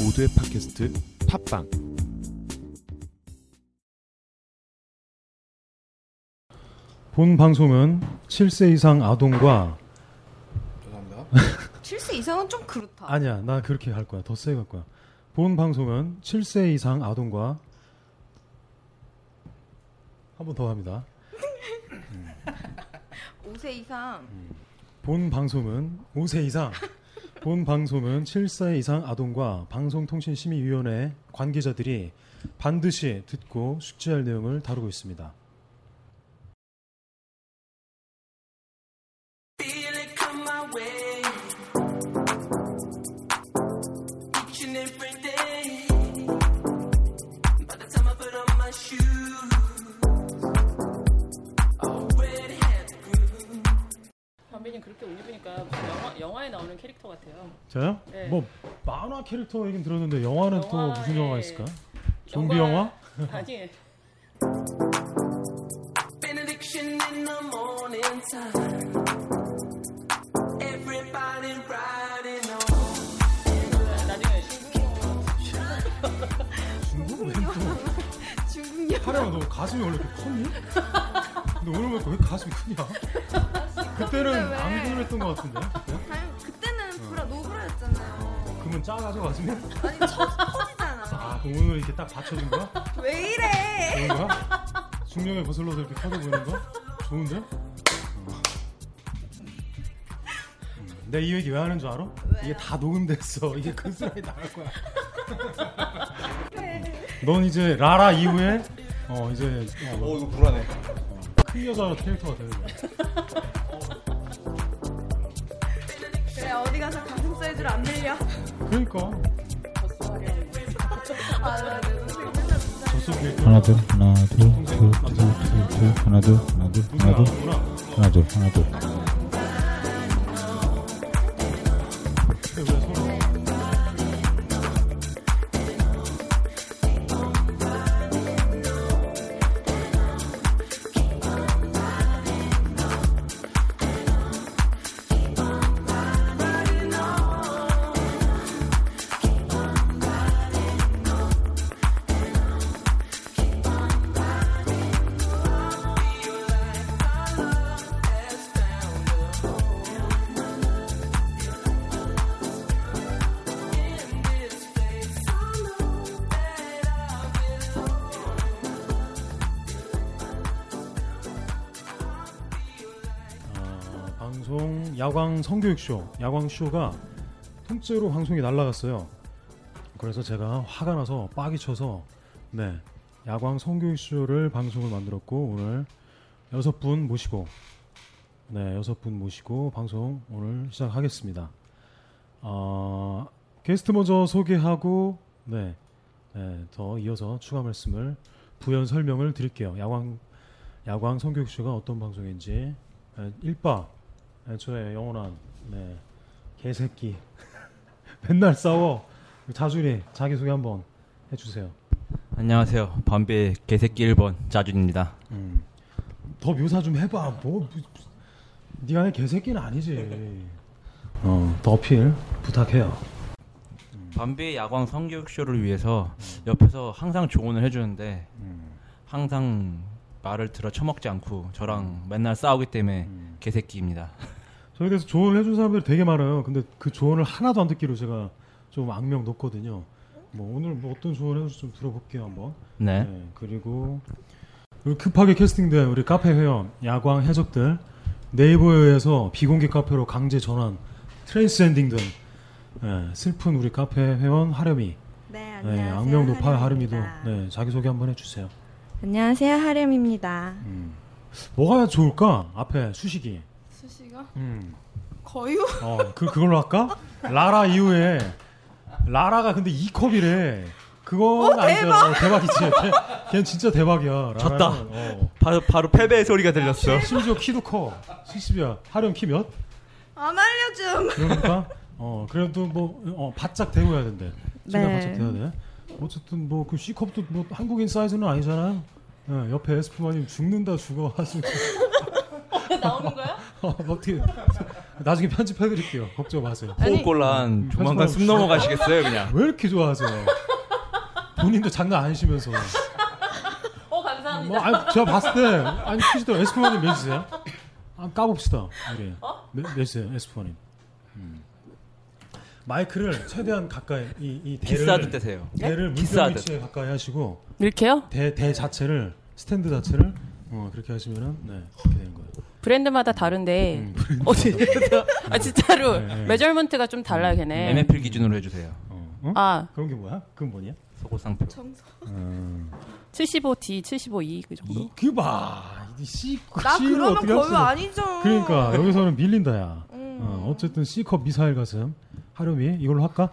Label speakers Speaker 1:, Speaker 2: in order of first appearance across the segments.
Speaker 1: 모두의 팟캐스트 팟빵
Speaker 2: 본 방송은 7세 이상 아동과
Speaker 3: 죄송합니다.
Speaker 4: 7세 이상은 좀 그렇다.
Speaker 2: 아니야 나 그렇게 할 거야 더 세게 할 거야 본 방송은 7세 이상 아동과 한 번 더 합니다
Speaker 4: 5세 이상.
Speaker 2: 음. 본 방송은 5세 이상 본 방송은 7세 이상 아동과 방송통신심의위원회 관계자들이 반드시 듣고 숙지할 내용을 다루고 있습니다
Speaker 5: Feel it come my way. Each and every day. By the time I put on my shoes, already had the groove.
Speaker 6: 담배님 그렇게 올리니까 무슨 영화, 영화에 나오는 캐릭터 같아요.
Speaker 2: 저요?
Speaker 6: 네.
Speaker 2: 뭐 만화 캐릭터 얘긴 들었는데 영화는 또 무슨
Speaker 6: 영화에-
Speaker 2: 영화가 있을까? 좀비 영화?
Speaker 6: 아니,
Speaker 5: Benediction in the morning time. Everybody riding on.
Speaker 6: 그 나중에 신국
Speaker 2: 중국? 웬또
Speaker 4: 중국 영화.
Speaker 2: 하려면 너 가슴이 원래 이렇게 컸니? 근데 오늘 보니까 왜 가슴이 크냐? 그때는
Speaker 4: 왜?
Speaker 2: 안 그랬던 것 같은데. 그때?
Speaker 4: 다행- 그때는
Speaker 2: 음.
Speaker 4: 브라 노브라였잖아요.
Speaker 2: 그러면 작아서 가슴이?
Speaker 4: 아니 쳐 커지잖아.
Speaker 2: 아, 그럼 오늘 이렇게 딱 받쳐준 거야?
Speaker 4: 왜 이래?
Speaker 2: 그런 거야? 중력에 거슬러서 이렇게 커져 보이는 거? 좋은데? 음. 내이 얘기 왜 하는 줄 알아? 이게 다 녹음됐어. 이게 큰스라이 나갈 거야. 넌 이제 라라 이후에 어 이제
Speaker 3: 어
Speaker 2: 어,
Speaker 3: 이거 불안해.
Speaker 2: 큰 여자 캐릭터가 되는 거야.
Speaker 4: 그래 어디 가서 가슴 사이즈를 안 늘려.
Speaker 2: 그러니까
Speaker 4: 아, 나 동생 맨날
Speaker 2: 저수 캐릭터.
Speaker 7: 하나 둘 하나 둘둘둘둘 하나 둘 하나 둘 하나 둘
Speaker 2: 나구나.
Speaker 7: 하나 둘 하나 둘
Speaker 2: 근데 왜 서로? 아, 방송 야광 성교육쇼 야광 쇼가 통째로 방송이 날라갔어요. 그래서 제가 화가 나서 빡이 쳐서 네 야광 성교육쇼를 방송을 만들었고 오늘 여섯 분 모시고 네 여섯 분 모시고 방송 오늘 시작하겠습니다. 어, 게스트 먼저 소개하고 네, 네, 더 이어서 추가 말씀을 부연 설명을 드릴게요. 야광 야광 성교육쇼가 어떤 방송인지 예, 일빠 예, 저의 영원한 네, 개새끼 맨날 싸워 자준이 자기소개 한번 해주세요
Speaker 8: 안녕하세요. 밤비 개새끼 1번 자준입니다.
Speaker 2: 더 묘사 좀 해봐 뭐 뭐, 네가 내 개새끼는 아니지 어, 더 어필 부탁해요
Speaker 8: 밤비 야광 성교육쇼를 위해서 옆에서 항상 조언을 해주는데 항상 말을 들어 처먹지 않고 저랑 맨날 싸우기 때문에 개새끼입니다.
Speaker 2: 저에 대해서 조언을 해준 사람들이 되게 많아요 근데 그 조언을 하나도 안 듣기로 제가 좀 악명 높거든요 뭐 오늘 뭐 어떤 조언을 해줄지 좀 들어볼게요 한번
Speaker 8: 네.
Speaker 2: 네, 그리고 우리 급하게 캐스팅된 우리 카페 회원 야광 해적들 네이버에 의해서 비공개 카페로 강제 전환 트랜스엔딩된 네, 슬픈 우리 카페 회원 하렴이
Speaker 4: 네
Speaker 2: 네,
Speaker 4: 안녕하세요.
Speaker 2: 악명 높아 하렴이도
Speaker 4: 하림입니다.
Speaker 2: 네, 자기소개 한번 해주세요
Speaker 4: 안녕하세요 하림입니다.
Speaker 2: 음. 뭐가 좋을까? 앞에 수식이
Speaker 4: 수식아
Speaker 2: 음.
Speaker 4: 거유?
Speaker 2: 어, 그, 그걸로 할까? 라라 이후에 라라가 근데 2컵이래 그건 아니잖아 어, 대박이지 걔, 걔는 진짜 대박이야
Speaker 8: 졌다.
Speaker 2: 라라는, 어.
Speaker 8: 바로 바로 패배의 소리가
Speaker 6: 아,
Speaker 8: 들렸어.
Speaker 2: 심지어 키도 커. 70이야. 하렴 키 몇?
Speaker 4: 안 알려줌.
Speaker 2: 그러니까 어 그래도 뭐 어, 바짝 대고 해야 된대. 최대한
Speaker 4: 네.
Speaker 2: 바짝 대야 돼. 어쨌든 뭐 그 C컵도 뭐 한국인 사이즈는 아니잖아요. 예, 옆에 에스프마님 죽는다 죽어 하시고
Speaker 6: 나오는 거야?
Speaker 2: 어떻게 나중에 편집해드릴게요. 걱정 마세요.
Speaker 6: 아니.
Speaker 8: 호흡곤란 조만간 숨
Speaker 2: 하지 마.
Speaker 8: 넘어가시겠어요 그냥.
Speaker 2: 왜 이렇게 좋아하세요? 본인도 장난 아니시면서.
Speaker 6: 어 감사합니다.
Speaker 2: 뭐, 아니, 제가 봤을 때, 아니, 퀴즈도 에스프원님 내주세요. 한번 까봅시다. 우리. 네, 내, 내주세요, 에스프원님. 음. 마이크를 최대한 가까이, 이, 이 대를.
Speaker 8: 키스하듯 되세요.
Speaker 2: 대를 물병
Speaker 8: 키스하듯.
Speaker 2: 위치에 가까이 하시고,
Speaker 6: 이렇게요?
Speaker 2: 대, 대 자체를, 스탠드 자체를, 어, 그렇게 하시면은, 네, 그렇게 되는 거예요.
Speaker 6: 음, 브랜드마다 다른데 어디? 아 진짜로 메저먼트가 좀 달라요 걔네.
Speaker 8: MFL 기준으로 해주세요.
Speaker 2: 어, 응?
Speaker 6: 아
Speaker 2: 그런 게 뭐야? 그건 뭐냐? 어.
Speaker 8: 속옷 상표.
Speaker 6: 75D, 75E 그 정도.
Speaker 2: 그 봐. 이 C,
Speaker 4: 나
Speaker 2: C를
Speaker 4: 그러면
Speaker 2: 어떻게
Speaker 4: 거의 음.
Speaker 2: 합치나.
Speaker 4: 아니죠.
Speaker 2: 그러니까 여기서는 밀린다 야. 어, 어쨌든 C컵 미사일 가슴 하루미 이걸로 할까?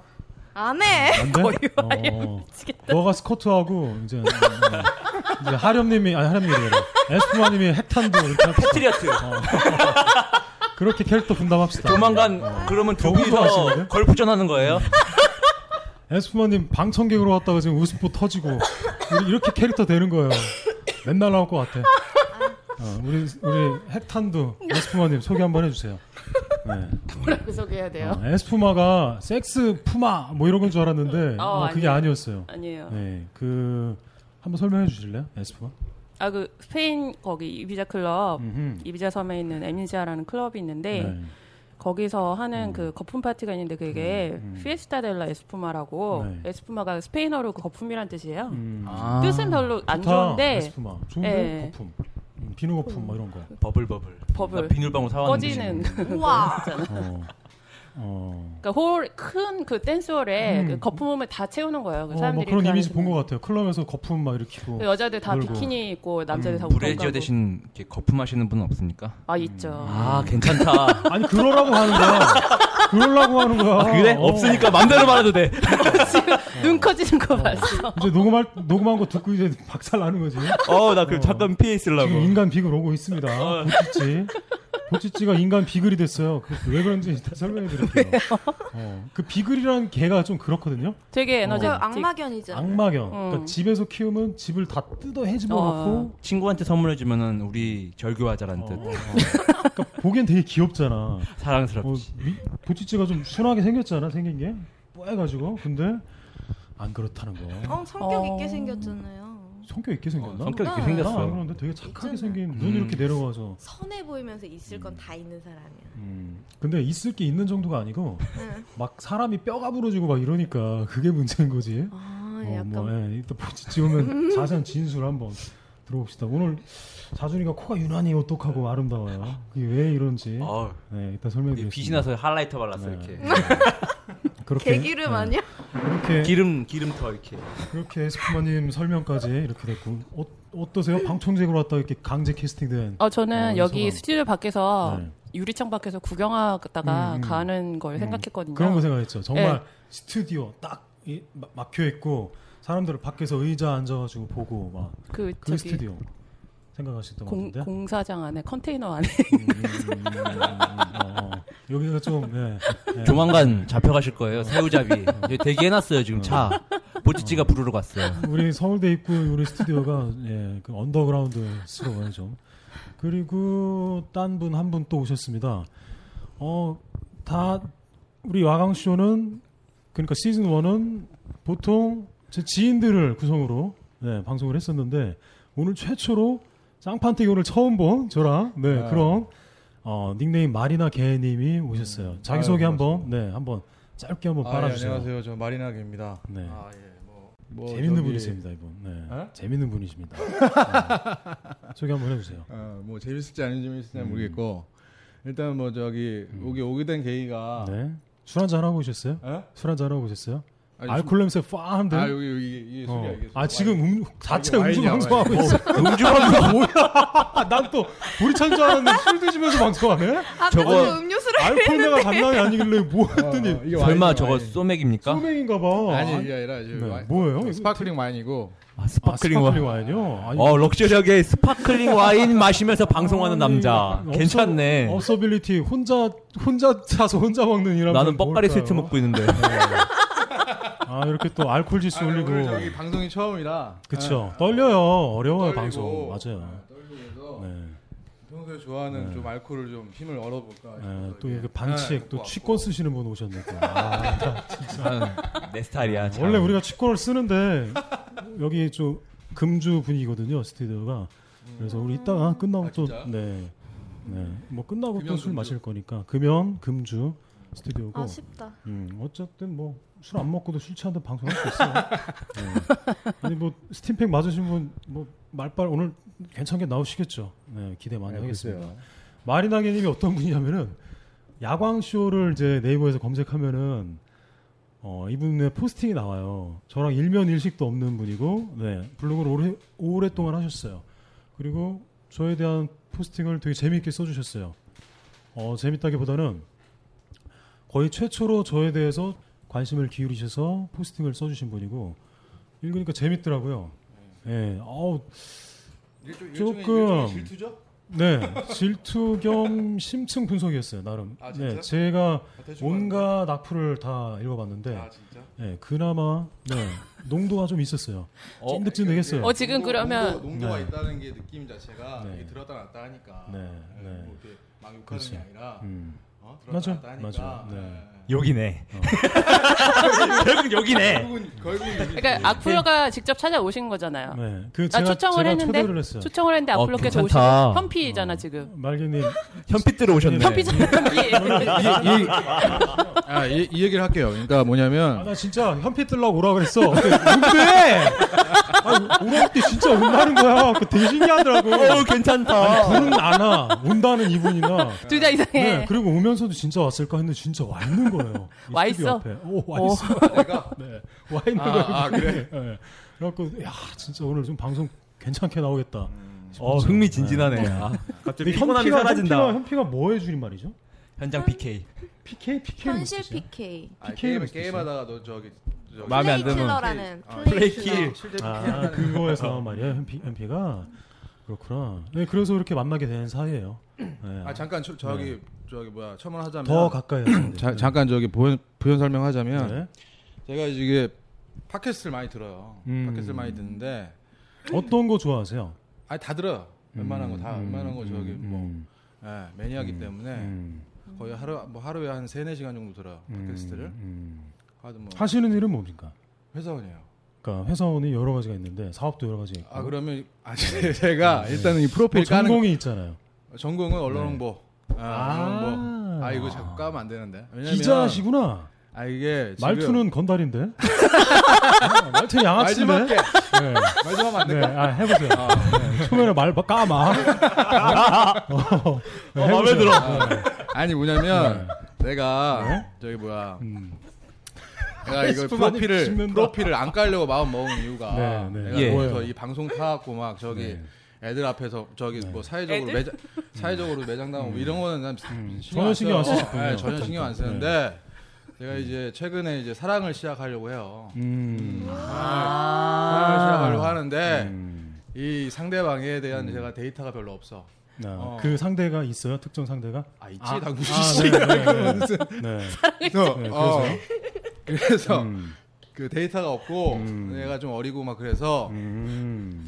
Speaker 4: 안 해.
Speaker 2: 안 돼? 어, 너가 스쿼트하고 이제 어, 이제 하렴님이 아니 하렴님이래. 에스프마님이 핵탄두 이렇게 합시다.
Speaker 8: 트리아트.
Speaker 2: 그렇게 캐릭터 분담합시다.
Speaker 8: 조만간 그러면
Speaker 2: 하시는데?
Speaker 8: 둘이서 걸프전 하는 거예요?
Speaker 2: 에스프마님 방청객으로 왔다가 지금 우스포 터지고 우리 이렇게 캐릭터 되는 거예요. 맨날 나올 것 같아. 어, 우리 우리 핵탄두 에스프마님 소개 한번 해주세요. 네.
Speaker 6: 뭐라고 소개해야 돼요?
Speaker 2: 어, 에스푸마가 섹스 푸마 뭐 이런 건 줄 알았는데
Speaker 6: 어,
Speaker 2: 어, 그게
Speaker 6: 아니에요.
Speaker 2: 아니었어요.
Speaker 6: 아니에요.
Speaker 2: 네, 그 한번 설명해 주실래요, 에스푸마?
Speaker 6: 아 그 스페인 거기 이비자 클럽
Speaker 2: 음흠.
Speaker 6: 이비자 섬에 있는 에민지아라는 클럽이 있는데
Speaker 2: 네.
Speaker 6: 거기서 하는 그 거품 파티가 있는데 그게 피에스타 델라 에스푸마라고
Speaker 2: 네.
Speaker 6: 에스푸마가 스페인어로 그 거품이란 뜻이에요.
Speaker 2: 음,
Speaker 8: 아,
Speaker 6: 뜻은 별로 안
Speaker 2: 좋다,
Speaker 6: 좋은데
Speaker 2: 에스푸마 좋은데
Speaker 6: 예.
Speaker 2: 거품, 음, 비누 거품 뭐 이런 거.
Speaker 8: 버블 버블.
Speaker 6: 버블.
Speaker 8: 나 비닐방울 사왔는데.
Speaker 6: 꺼지는
Speaker 4: 우와.
Speaker 2: 어, 어.
Speaker 6: 그러니까 홀큰그 댄스홀에 그 거품 몸을 다 채우는 거예요.
Speaker 2: 음. 어,
Speaker 6: 그
Speaker 2: 뭐
Speaker 6: 사람들이
Speaker 2: 그런
Speaker 6: 그
Speaker 2: 이미지
Speaker 6: 안에서
Speaker 2: 본 것 같아요. 클럽에서 거품 막 이렇게
Speaker 6: 그
Speaker 2: 입고.
Speaker 6: 여자들 다
Speaker 2: 놀고. 음.
Speaker 6: 비키니 입고 남자들 다 우동
Speaker 8: 브레지어
Speaker 6: 가고.
Speaker 8: 대신 이렇게 거품하시는 분은 없습니까?
Speaker 6: 아 있죠.
Speaker 8: 아 괜찮다.
Speaker 2: 아니 그러라고 하는 거야. 그러려고 하는 거야.
Speaker 8: 아, 그래?
Speaker 2: 어.
Speaker 8: 없으니까 맘대로 말해도 돼.
Speaker 2: 음.
Speaker 6: 눈 커지는 거 봤어.
Speaker 2: 이제 녹음할 녹음한 거 듣고 이제 박살 나는 거지.
Speaker 8: 어, 나 그 잠깐 피해 있으려고.
Speaker 2: 지금 인간 비글 오고
Speaker 8: 어.
Speaker 2: 있습니다. 보찌찌. 보찌찌가 인간 비글이 됐어요. 그 왜 그런지 이따 설명해 드릴게요. 어, 그 비글이라는 개가 좀 그렇거든요.
Speaker 6: 되게 에너지.
Speaker 4: 그 악마견이죠.
Speaker 2: 악마견.
Speaker 6: 음.
Speaker 2: 그러니까 집에서 키우면 집을 다 뜯어 해집어 놓고
Speaker 8: 친구한테 선물해 주면은 우리
Speaker 2: 어.
Speaker 4: 어.
Speaker 8: 절교하자란 뜻.
Speaker 2: 그러니까 보기엔 되게 귀엽잖아. 어,
Speaker 8: 사랑스럽지.
Speaker 2: 위- 보찌찌가 좀 순하게 생겼잖아. 생긴 게. 뽀해가지고. 근데 안 그렇다는 거.
Speaker 4: 어, 성격
Speaker 6: 어.
Speaker 4: 있게 생겼잖아요.
Speaker 2: 성격 있게 생겼나?
Speaker 8: 어, 성격 있게
Speaker 4: 나-
Speaker 2: 나
Speaker 8: 생겼어. 음.
Speaker 2: 그런데 되게 착하게
Speaker 4: 있잖아.
Speaker 2: 생긴 눈 이렇게 내려와서.
Speaker 4: 선해 보이면서 있을 건 다 있는 사람이야.
Speaker 2: 음, 근데 있을 게 있는 정도가 아니고
Speaker 4: 네.
Speaker 2: 막 사람이 뼈가 부러지고 막 이러니까 그게 문제인 거지.
Speaker 4: 아,
Speaker 2: 어,
Speaker 4: 약간
Speaker 2: 뭐, 예, 이따 보지 지우면 자세한 진술 한번 들어봅시다. 오늘 자준이가 코가 유난히 오똑하고 아름다워요. 그게 왜 이런지
Speaker 8: 어,
Speaker 2: 네, 이따 설명드리겠습니다.
Speaker 8: 빛이 나서 하이라이터 발랐어
Speaker 2: 네.
Speaker 8: 이렇게.
Speaker 2: 그렇게
Speaker 4: 개기름
Speaker 2: 예,
Speaker 4: 아니야?
Speaker 2: 그렇게
Speaker 8: 기름 기름터 이렇게.
Speaker 2: 그렇게 스쿠마님 설명까지 이렇게 됐고 어, 어떠세요? 방청객으로 왔다 이렇게 강제 캐스팅된
Speaker 6: 어 저는
Speaker 2: 어,
Speaker 6: 여기
Speaker 2: 인소감.
Speaker 6: 스튜디오 밖에서
Speaker 2: 네.
Speaker 6: 유리창 밖에서 구경하다가
Speaker 2: 음, 음.
Speaker 6: 가는 걸 생각했거든요.
Speaker 2: 그런 거 생각했죠. 정말
Speaker 6: 네.
Speaker 2: 스튜디오 딱 이- 마- 막혀 있고 사람들 밖에서 의자 앉아가지고 보고 막
Speaker 6: 그
Speaker 2: 그
Speaker 6: 저기
Speaker 2: 스튜디오 생각하셨던 것 음,
Speaker 6: 공,
Speaker 2: 같은데 네.
Speaker 6: 공사장 안에 컨테이너 안에
Speaker 2: 어, 어. 여기가 좀 예, 예.
Speaker 8: 조만간 잡혀가실 거예요. 새우잡이. 여기 대기해놨어요 지금 차. 보찌찌가 부르러 갔어요.
Speaker 2: 우리 서울대 입구 우리 스튜디오가 예, 그 언더그라운드스러워요 좀 그리고 딴 분 한 분 또 오셨습니다 어 다 우리 와강 쇼는 그러니까 시즌 1은 보통 제 지인들을 구성으로 네, 방송을 했었는데 오늘 최초로 쌍판택이 오늘 처음 본 저랑 네,
Speaker 3: 아.
Speaker 2: 그런 어, 닉네임 마리나 개님이 오셨어요. 자기 소개
Speaker 3: 아유,
Speaker 2: 한번 네 한번 짧게 한번
Speaker 3: 아, 예,
Speaker 2: 빨아주세요.
Speaker 3: 안녕하세요. 저 마리나게입니다.
Speaker 2: 네.
Speaker 3: 아, 예. 뭐, 뭐
Speaker 2: 재밌는
Speaker 3: 저기,
Speaker 2: 분이십니다 이분. 네.
Speaker 3: 어?
Speaker 2: 재밌는 분이십니다. 네. 소개 한번 해주세요.
Speaker 3: 어, 뭐 재밌을지 안 재밌을지
Speaker 2: 음.
Speaker 3: 는 모르겠고 일단 뭐 저기 여기 오게 된 계기가
Speaker 2: 네. 술 한잔 하고 오셨어요?
Speaker 3: 에?
Speaker 2: 술 한잔 하고 오셨어요?
Speaker 3: 아니,
Speaker 2: 알코올 냄새 파한데.
Speaker 3: 아 여기 여기 이게
Speaker 2: 어.
Speaker 3: 소리야 이게.
Speaker 2: 아 지금 음, 자체
Speaker 3: 와인이야,
Speaker 2: 음주
Speaker 3: 와인.
Speaker 2: 방송하고 있어. 음주 방송 뭐야? 난 또 보리차인 줄 알았는데 술 드시면서 방송하네.
Speaker 4: 아까
Speaker 8: 저거-
Speaker 4: 저 음료수를
Speaker 2: 알코올 내가 장난이 아니길래 뭐 했더니
Speaker 3: 어, 이게
Speaker 8: 설마
Speaker 3: 와인이야,
Speaker 8: 저거
Speaker 3: 와인.
Speaker 8: 소맥입니까?
Speaker 2: 소맥인가 봐.
Speaker 3: 아니 이게 아니라 지금
Speaker 2: 네,
Speaker 3: 와인. 어,
Speaker 2: 뭐예요? 이거
Speaker 3: 스파클링 와인이고
Speaker 8: 아,
Speaker 2: 아,
Speaker 8: 스파클링
Speaker 2: 스파클링
Speaker 8: 와인.
Speaker 2: 와인이요? 아니,
Speaker 8: 어 럭셔리하게 스파클링 와인 마시면서 방송하는
Speaker 2: 아니, 네.
Speaker 8: 남자.
Speaker 2: 업소-
Speaker 8: 괜찮네.
Speaker 2: 업소빌리티 혼자 혼자 사서 혼자 먹는 이라
Speaker 8: 나는 뻑가리 세트 먹고 있는데.
Speaker 2: 네. 아 이렇게 또 알코올 지수
Speaker 3: 아,
Speaker 2: 올리고
Speaker 3: 오늘 저기 방송이 처음이라
Speaker 2: 그쵸 떨려요 어려워요
Speaker 3: 떨리고.
Speaker 2: 방송 맞아요
Speaker 3: 아, 떨리면서
Speaker 2: 네.
Speaker 3: 평소에 좋아하는
Speaker 2: 네.
Speaker 3: 좀 알코올을 좀 힘을 얻어볼까
Speaker 2: 예,
Speaker 3: 싶어서
Speaker 2: 또
Speaker 3: 이게.
Speaker 2: 이렇게 반칙
Speaker 3: 네,
Speaker 2: 또
Speaker 3: 갖고
Speaker 2: 치권
Speaker 3: 왔고.
Speaker 2: 쓰시는 분 오셨네. 또. 아,
Speaker 8: 내 스타일이야. 참.
Speaker 2: 원래 우리가 치권을 쓰는데 여기 좀 금주 분위기거든요 스튜디오가. 그래서 우리 이따가 끝나고
Speaker 3: 아,
Speaker 2: 또
Speaker 3: 진짜요?
Speaker 2: 네. 네. 뭐 끝나고
Speaker 3: 금연,
Speaker 2: 또 술
Speaker 3: 금주.
Speaker 2: 마실 거니까 금연
Speaker 9: 어,
Speaker 2: 금주
Speaker 10: 어,
Speaker 2: 스튜디오고
Speaker 4: 아쉽다.
Speaker 2: 음, 어쨌든 뭐 술 안 먹고도 술 취한 듯 방송할 수 있어요. 네. 아니 뭐 스팀팩 맞으신 분 뭐 말빨 오늘 괜찮게 나오시겠죠. 네, 기대 많이
Speaker 3: 네,
Speaker 2: 하겠습니다.
Speaker 3: 글쎄요.
Speaker 2: 마리나게님이 어떤 분이냐면은 야광 쇼를 이제 네이버에서 검색하면은 어, 이분의 포스팅이 나와요. 저랑 일면 일식도 없는 분이고, 네, 블로그를 오래, 오랫동안 하셨어요. 그리고 저에 대한 포스팅을 되게 재미있게 써주셨어요. 어, 재밌다기보다는 거의 최초로 저에 대해서 관심을 기울이셔서 포스팅을 써주신 분이고, 읽으니까 재밌더라고요. 예, 어우,
Speaker 3: 이게 좀
Speaker 2: 조금.
Speaker 3: 일종의- 일종의 질투죠?
Speaker 2: 네, 질투 겸 심층 분석이었어요. 나름.
Speaker 3: 아, 진짜?
Speaker 2: 네, 제가
Speaker 3: 아, 대충
Speaker 2: 온갖 악플을 다
Speaker 3: 봤는데.
Speaker 2: 읽어봤는데,
Speaker 3: 아 진짜?
Speaker 2: 네, 그나마 네, 농도가 좀 있었어요.
Speaker 8: 어,
Speaker 2: 찐득찐득했어요.
Speaker 6: 어, 지금 그러면-
Speaker 3: 농도, 농도가
Speaker 2: 네.
Speaker 3: 있다는 게 느낌 자체가
Speaker 2: 네.
Speaker 3: 이게 들었다 놨다 하니까
Speaker 2: 네,
Speaker 3: 네,
Speaker 2: 네.
Speaker 3: 뭐 이렇게 막 욕하는
Speaker 2: 그렇죠.
Speaker 3: 게 아니라
Speaker 2: 음.
Speaker 3: 어? 들었다
Speaker 2: 맞아,
Speaker 3: 놨다 하니까
Speaker 2: 맞아, 네.
Speaker 8: 여기네.
Speaker 2: 어.
Speaker 8: 결국 여기네.
Speaker 3: 결국은 결국은 이게
Speaker 6: 그러니까 악플러가 직접 찾아오신 거잖아요.
Speaker 2: 네, 그
Speaker 6: 아,
Speaker 2: 제가
Speaker 6: 초청을
Speaker 2: 제가
Speaker 6: 했는데
Speaker 2: 초대를 했어요. 어.
Speaker 6: 초청을 했는데
Speaker 8: 어,
Speaker 6: 악플러께서 오신
Speaker 8: 괜찮다.
Speaker 6: 현피잖아 지금.
Speaker 2: 말개님
Speaker 8: 현피 뜨러 오셨네.
Speaker 6: 현피잖아 현피.
Speaker 3: 이, 이, 아, 이, 이 얘기를 할게요. 그러니까 뭐냐면
Speaker 2: 아나 진짜 현피 뜰라고 오라 그랬어. 근데 뭔데? 아, 오라고 때 진짜 온다는 거야. 그 되게 신기하더라고.
Speaker 8: 어, 괜찮다.
Speaker 2: 부는 안 와. 온다는 이분이나.
Speaker 6: 둘 다 이상해.
Speaker 2: 네, 그리고 오면서도 진짜 왔을까 했는데 진짜 와 있는 거예요. 이
Speaker 6: 와
Speaker 2: 스튜디오
Speaker 6: 있어?
Speaker 2: 앞에. 오, 와 있어.
Speaker 3: 내가
Speaker 2: 네, 와 있는
Speaker 3: 아,
Speaker 2: 거예요.
Speaker 3: 아, 그래?
Speaker 2: 네. 그래갖고 야 진짜 오늘 좀 방송 괜찮게 나오겠다.
Speaker 8: 어, 흥미진진하네. 아, 갑자기
Speaker 2: 근데
Speaker 8: 피곤함이 사라진다.
Speaker 2: 현피가, 현피가 뭐해 주인 말이죠?
Speaker 8: 현장 PK.
Speaker 2: PK
Speaker 8: 뭐
Speaker 2: PK
Speaker 9: 현실 PK.
Speaker 3: 아,
Speaker 2: PK
Speaker 3: 게임
Speaker 2: 를 쓰셨어요?
Speaker 3: 게임하다가 너 저기 저기
Speaker 8: 마음에 안 드는.
Speaker 9: 킬러라는
Speaker 3: 아,
Speaker 9: 플레이
Speaker 8: 플레이
Speaker 9: 킬러.
Speaker 8: 킬.
Speaker 3: 실제
Speaker 2: 아, 그거에서 말이야, 현피, 현피가? 그렇구나. 네, 그래서 이렇게 만나게 된 사이예요 네.
Speaker 3: 아 잠깐 저, 저기 저기 뭐야 첨언하자면
Speaker 2: 더 가까이 하는데.
Speaker 3: 자- 잠깐 저기 부연, 부연 설명하자면
Speaker 2: 네.
Speaker 3: 제가 이게 팟캐스트를 많이 들어요.
Speaker 2: 음.
Speaker 3: 팟캐스트를 많이 듣는데
Speaker 2: 네. 어떤 거 좋아하세요?
Speaker 3: 아니 다 들어요. 웬만한 거 다
Speaker 2: 음,
Speaker 3: 웬만한 거
Speaker 2: 음,
Speaker 3: 저기
Speaker 2: 음,
Speaker 3: 뭐
Speaker 2: 음,
Speaker 3: 예, 매니아기 때문에
Speaker 2: 음,
Speaker 3: 거의 하루 뭐 하루에 한 세네 시간 정도 들어요. 팟캐스트를.
Speaker 2: 음.
Speaker 3: 하여튼 뭐
Speaker 2: 하시는 일은 뭡니까?
Speaker 3: 회사원이에요.
Speaker 2: 그러니까 회사원이 여러 가지가 있는데 사업도 여러 가지 있고.
Speaker 3: 아 그러면 아 제가 일단은 이
Speaker 2: 어? 뭐
Speaker 3: 프로필 까는
Speaker 2: 전공이 있잖아요.
Speaker 3: 전공은 언론홍보. 아,
Speaker 2: 아.
Speaker 3: 언론홍보. 아 이거 자꾸 까면 안 되는데. 왜냐면
Speaker 2: 기자시구나.
Speaker 3: 아 이게 지금
Speaker 2: 말투는 건달인데. 아, 말투는 양아치인데.
Speaker 3: 말좀 할게. 네.
Speaker 2: 네.
Speaker 3: 말좀 하면 안
Speaker 2: 네,
Speaker 3: 될까?
Speaker 2: 아, 해보세요. 처음에는 말 까마.
Speaker 3: 아, 네.
Speaker 2: 어, 네, 해보세요.
Speaker 8: 마음에 들어.
Speaker 2: 네.
Speaker 3: 아니 뭐냐면 내가 저기 뭐야
Speaker 2: 음.
Speaker 3: 내가 이걸
Speaker 2: 스프 많이
Speaker 3: 프로필을
Speaker 2: 씹는다.
Speaker 3: 프로필을 안 깔려고 마음 먹은 이유가
Speaker 2: 네, 네.
Speaker 3: 내가
Speaker 8: 예.
Speaker 3: 그래서 이 방송 타갖고 막 저기 애들 앞에서 저기
Speaker 2: 네.
Speaker 3: 뭐 사회적으로 매장 사회적으로 매장당하고 뭐 이런 거는 난 신경
Speaker 2: 음. 전혀
Speaker 3: 안
Speaker 2: 신경 안
Speaker 3: 써요.
Speaker 2: 쓰셨군요.
Speaker 3: 네, 전혀 신경 안 쓰는데 제가 이제 최근에 이제 사랑을 시작하려고 해요.
Speaker 2: 음. 아.
Speaker 3: 사랑을 시작하려고 하는데
Speaker 2: 음.
Speaker 3: 이 상대방에 대한 제가 데이터가 별로 없어.
Speaker 2: 아,
Speaker 3: 어.
Speaker 2: 그 상대가 있어요? 특정 상대가?
Speaker 3: 아 있지
Speaker 2: 아,
Speaker 3: 당구
Speaker 2: 아,
Speaker 3: 씨.
Speaker 2: 네, 네, 네. 네.
Speaker 3: 그래서
Speaker 2: 네,
Speaker 3: 어, 그래서
Speaker 2: 음.
Speaker 3: 그 데이터가 없고 내가 좀 어리고 막 그래서
Speaker 2: 음.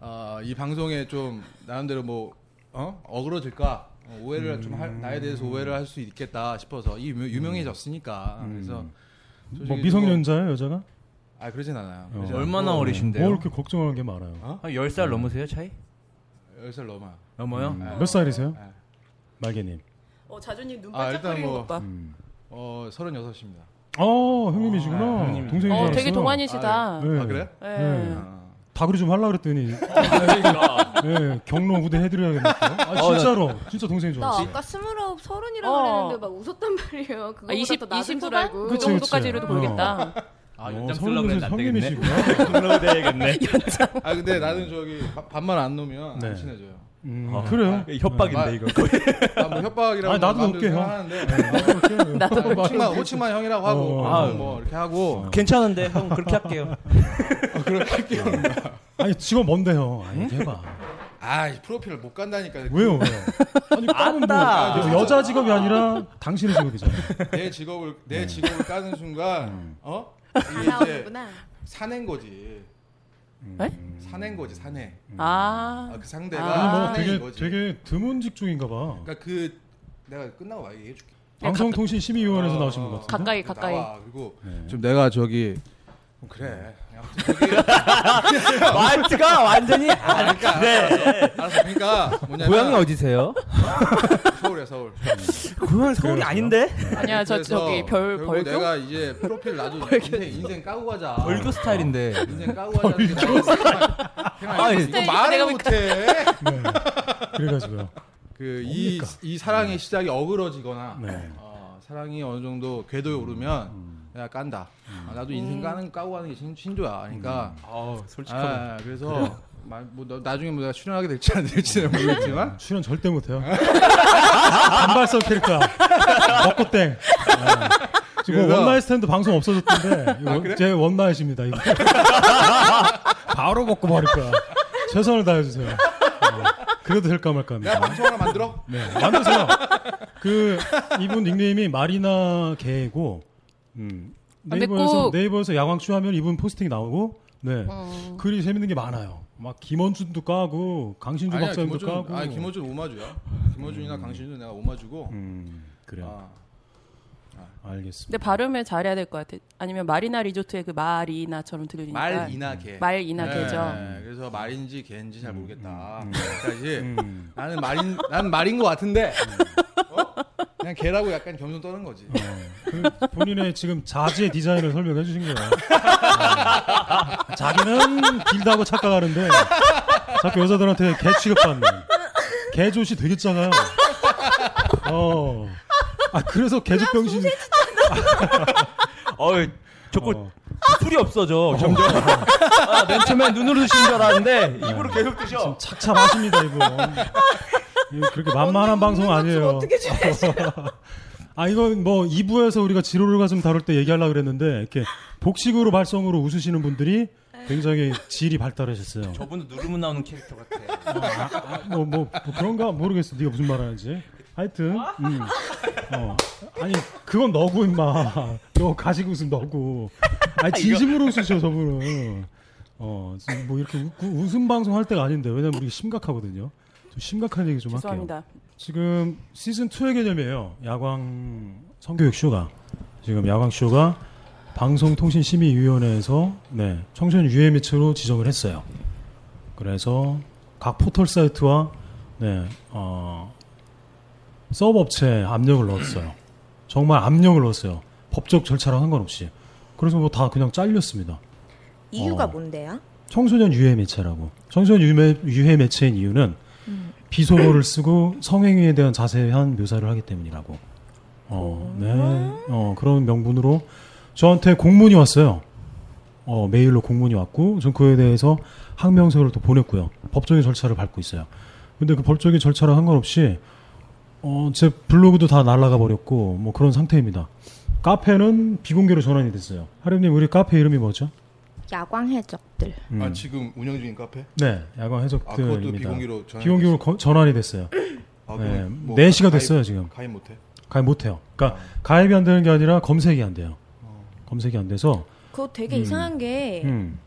Speaker 3: 아, 이 방송에 좀 나름대로 뭐 어? 어그러질까 어, 오해를 좀 할, 나에 대해서 오해를 할 수 있겠다 싶어서 이 유명- 유명해졌으니까 그래서
Speaker 2: 음. 뭐
Speaker 3: 솔직히
Speaker 2: 미성년자예요, 여자가?
Speaker 3: 좀- 아 그러진 않아요.
Speaker 2: 어.
Speaker 8: 얼마나 어리신데요?
Speaker 2: 뭘 이렇게 걱정하는 게 많아요.
Speaker 8: 한 10살 넘으세요, 차이?
Speaker 3: 열살 넘어.
Speaker 8: 넘어요?
Speaker 2: 몇 살이세요?
Speaker 3: 네.
Speaker 2: 말개님.
Speaker 6: 어, 자존심 눈
Speaker 3: 아, 일단
Speaker 6: 반짝거리는
Speaker 3: 뭐-
Speaker 6: 것 봐.
Speaker 2: 음.
Speaker 3: 어 서른여섯입니다.
Speaker 2: 어, 형님이시구나.
Speaker 3: 네,
Speaker 2: 동생이
Speaker 6: 어, 되게 동안이시다.
Speaker 2: 네.
Speaker 3: 아 그래? 아.
Speaker 6: 예.
Speaker 2: 음. 네. 다그리 좀 하려고 그랬더니
Speaker 8: 그러니까.
Speaker 2: 예, 경로 후대 해드려야겠네요. 아, 진짜로 진짜 동생이
Speaker 9: 나
Speaker 2: 좋았어요.
Speaker 9: 아까 스물아홉 서른이라고
Speaker 6: 어.
Speaker 9: 그랬는데 막 웃었단 말이에요. 그거
Speaker 6: 아, 20, 20 후반? 그
Speaker 2: 그치,
Speaker 6: 정도까지로도
Speaker 2: 그치.
Speaker 6: 모르겠다.
Speaker 8: 아,
Speaker 2: 어,
Speaker 8: 연장 쓸라
Speaker 2: 성인
Speaker 8: 그러면 안 되겠네.
Speaker 2: 형님이시구나.
Speaker 8: 연장 돼야겠네.
Speaker 3: 아 근데 나는 저기 바- 반만 안 놓으면
Speaker 2: 네.
Speaker 3: 안 친해져요.
Speaker 2: 음,
Speaker 8: 아.
Speaker 2: 그래요. 음.
Speaker 8: 협박인데
Speaker 3: 네.
Speaker 8: 어, 이거.
Speaker 3: 아뭐 협박이라고
Speaker 2: 아니, 나도
Speaker 3: 마음대로
Speaker 2: 웃겨요. 네.
Speaker 3: 생각하는데
Speaker 2: 나도
Speaker 3: 아, 호칭만 호칭만 형이라고 하고
Speaker 2: 어.
Speaker 3: 방송 뭐 이렇게 하고
Speaker 8: 괜찮은데 형 그렇게 할게요.
Speaker 2: 아니 직업 뭔데 형? 아니 해봐.
Speaker 3: 아이 프로필을 못 간다니까
Speaker 2: 왜요? 왜요? 아니 까는 뭐 여자 직업이 아니라 당신의 직업이잖아.
Speaker 3: 내 직업을 내
Speaker 2: 네.
Speaker 3: 직업을 까는 순간 어 이게
Speaker 9: 다 나오는구나.
Speaker 3: 사낸 거지.
Speaker 2: 음.
Speaker 3: 사낸 거지 사내.
Speaker 2: 어.
Speaker 3: 아,
Speaker 6: 아,
Speaker 3: 그
Speaker 6: 아.
Speaker 3: 상대가
Speaker 2: 뭐
Speaker 3: 사내인
Speaker 2: 되게
Speaker 3: 거지.
Speaker 2: 되게 드문 직종인가 봐.
Speaker 3: 그러니까 그 내가 끝나고 말 얘기해 줄게.
Speaker 2: 방송통신심의위원회에서 나오신 분
Speaker 3: 어,
Speaker 2: 같은데.
Speaker 6: 가까이, 가까이.
Speaker 3: 나와. 그리고
Speaker 2: 네.
Speaker 3: 좀 내가 저기 어, 그래. 아무튼 저기
Speaker 8: 마트가 완전히 아, 그래.
Speaker 3: 알았어. 그러니까 뭐냐면
Speaker 8: 고향이 어디세요?
Speaker 3: 서울이야 서울.
Speaker 8: 고향 서울이 아닌데?
Speaker 6: 아니야 저
Speaker 3: 그래서
Speaker 6: 저기 별
Speaker 3: 결국
Speaker 6: 벌교.
Speaker 3: 내가 이제 프로필 나도 인생, 인생 까고 가자. 네,
Speaker 8: 벌교 스타일인데.
Speaker 3: 인생 까고 가자. 벌교. 이거
Speaker 6: 내가
Speaker 3: 말을
Speaker 6: 보니까-
Speaker 3: 못해.
Speaker 2: 그래가지고요.
Speaker 3: 그 이 이 사랑의 시작이 어그러지거나
Speaker 2: 네.
Speaker 3: 어, 사랑이 어느 정도 궤도에 오르면 내가 깐다. 아,
Speaker 6: 음.
Speaker 3: 나도 인생 까는 까고 가는 게 신, 신조야. 그러니까
Speaker 8: 아, 솔직하고.
Speaker 3: 아, 그래서 마- 뭐 너- 나중에 뭐 내가 출연하게 될지 안 될지는 모르겠지만
Speaker 2: 출연 절대 못해요. 단발성 캐릭터. 먹고땡. 아. 지금
Speaker 3: 그래서- 아,
Speaker 2: 원나잇 스탠드 방송 없어졌던데 이거 제 원나잇입니다. 이거. 바로 먹고 버릴 거야. 최선을 다해주세요. 어, 그래도 될까 말까
Speaker 3: 내가
Speaker 2: 합니다.
Speaker 3: 방송 하나 만들어.
Speaker 2: 네, 만드세요. 그 이분 닉네임이 마리나 개고 음,
Speaker 6: 아, 근데
Speaker 2: 네이버에서
Speaker 6: 꼭-
Speaker 2: 네이버에서 야광쇼 하면 이분 포스팅 나오고 네 글이 재밌는 게 많아요. 막 김원준도 까고 강신주
Speaker 3: 아니야
Speaker 2: 박사님도
Speaker 3: 김호준.
Speaker 2: 까고.
Speaker 3: 아 김호준 오마주야. 김호준이나 강신준 내가 오마주고.
Speaker 2: 음, 그래요.
Speaker 3: 아,
Speaker 2: 알겠습니다.
Speaker 6: 근데 발음을 잘해야 될 것 같아. 아니면 마리나 리조트의 그 마리나처럼 들리니까.
Speaker 3: 말 이나게.
Speaker 6: 그러니까 말 이나게죠. 음.
Speaker 3: 네, 그래서 말인지 개인지
Speaker 2: 음,
Speaker 3: 잘 모르겠다. 그까지 나는 말인 난 말인 것 같은데
Speaker 2: 음.
Speaker 3: 어? 그냥 개라고 약간 겸손 떠는 거지.
Speaker 2: 그 본인의 지금 자지의 디자인을 설명해 주신 거예요. 아, 자기는 길다고 착각하는데 자꾸 여자들한테 개 취급받는 개조시 되게 작아요. 어. 아 그래서 개조병신
Speaker 8: 어이, 자꾸
Speaker 2: 어.
Speaker 8: 술이 없어져, 점점. 아, 맨 처음엔 눈으로 드시는 줄 알았는데, 입으로 계속 드셔.
Speaker 2: 착잡하십니다 이분. 이거 그렇게 만만한 방송 아니에요. 아 이건 뭐 2부에서 우리가 지로를 가슴 다룰 때 얘기하려고 그랬는데 이렇게 복식으로 발성으로 웃으시는 분들이 굉장히 질이 발달하셨어요.
Speaker 8: 저분도 누르면 나오는 캐릭터 같아.
Speaker 2: 뭐, 뭐, 뭐 그런가 모르겠어. 네가 무슨 말 하는지. 하여튼, 음. 어. 아니, 그건 너고, 임마. 너 가지고 웃음 너고. 아니, 진심으로 웃으셔, 저분은. 어, 지금 뭐 이렇게 웃, 웃음 방송 할 때가 아닌데, 왜냐면 우리 심각하거든요. 좀 심각한 얘기 좀 할게요.
Speaker 6: 죄송합니다.
Speaker 2: 지금 시즌2의 개념이에요. 야광 성교육 쇼가. 지금 야광 쇼가 방송통신심의위원회에서 네, 청소년 유해 매체로 지정을 했어요. 그래서 각 포털 사이트와 네, 어, 서브 업체에 압력을 넣었어요. 정말 압력을 넣었어요. 법적 절차랑 상관없이. 그래서 뭐 다 그냥 잘렸습니다.
Speaker 10: 이유가
Speaker 2: 어.
Speaker 10: 뭔데요?
Speaker 2: 청소년 유해 매체라고. 청소년 유해, 유해 매체인 이유는 비속어를 쓰고 성행위에 대한 자세한 묘사를 하기 때문이라고. 어, 네. 어, 그런 명분으로 저한테 공문이 왔어요. 어, 메일로 공문이 왔고, 전 그에 대해서 항명서를 또 보냈고요. 법적인 절차를 밟고 있어요. 근데 그 법적인 절차랑 상관없이, 어, 제 블로그도 다 날아가 버렸고, 뭐 그런 상태입니다. 카페는 비공개로 전환이 됐어요. 하림님, 우리 카페 이름이 뭐죠?
Speaker 10: 야광 해적들.
Speaker 2: 음.
Speaker 3: 아 지금 운영 중인 카페?
Speaker 2: 네, 야광 해적들입니다.
Speaker 3: 아 그것도 비공개로 전환이
Speaker 2: 비공개로 거- 전환이 됐어요.
Speaker 3: 아,
Speaker 2: 네,
Speaker 3: 그럼 뭐
Speaker 2: 4시가
Speaker 3: 가입-
Speaker 2: 됐어요, 지금.
Speaker 3: 가입 못해.
Speaker 2: 가입 못해요. 그러니까
Speaker 3: 아.
Speaker 2: 가입이 안 되는 게 아니라 검색이 안 돼요.
Speaker 3: 어.
Speaker 2: 검색이 안 돼서
Speaker 10: 그거 되게
Speaker 2: 음.
Speaker 10: 이상한 게
Speaker 2: 음,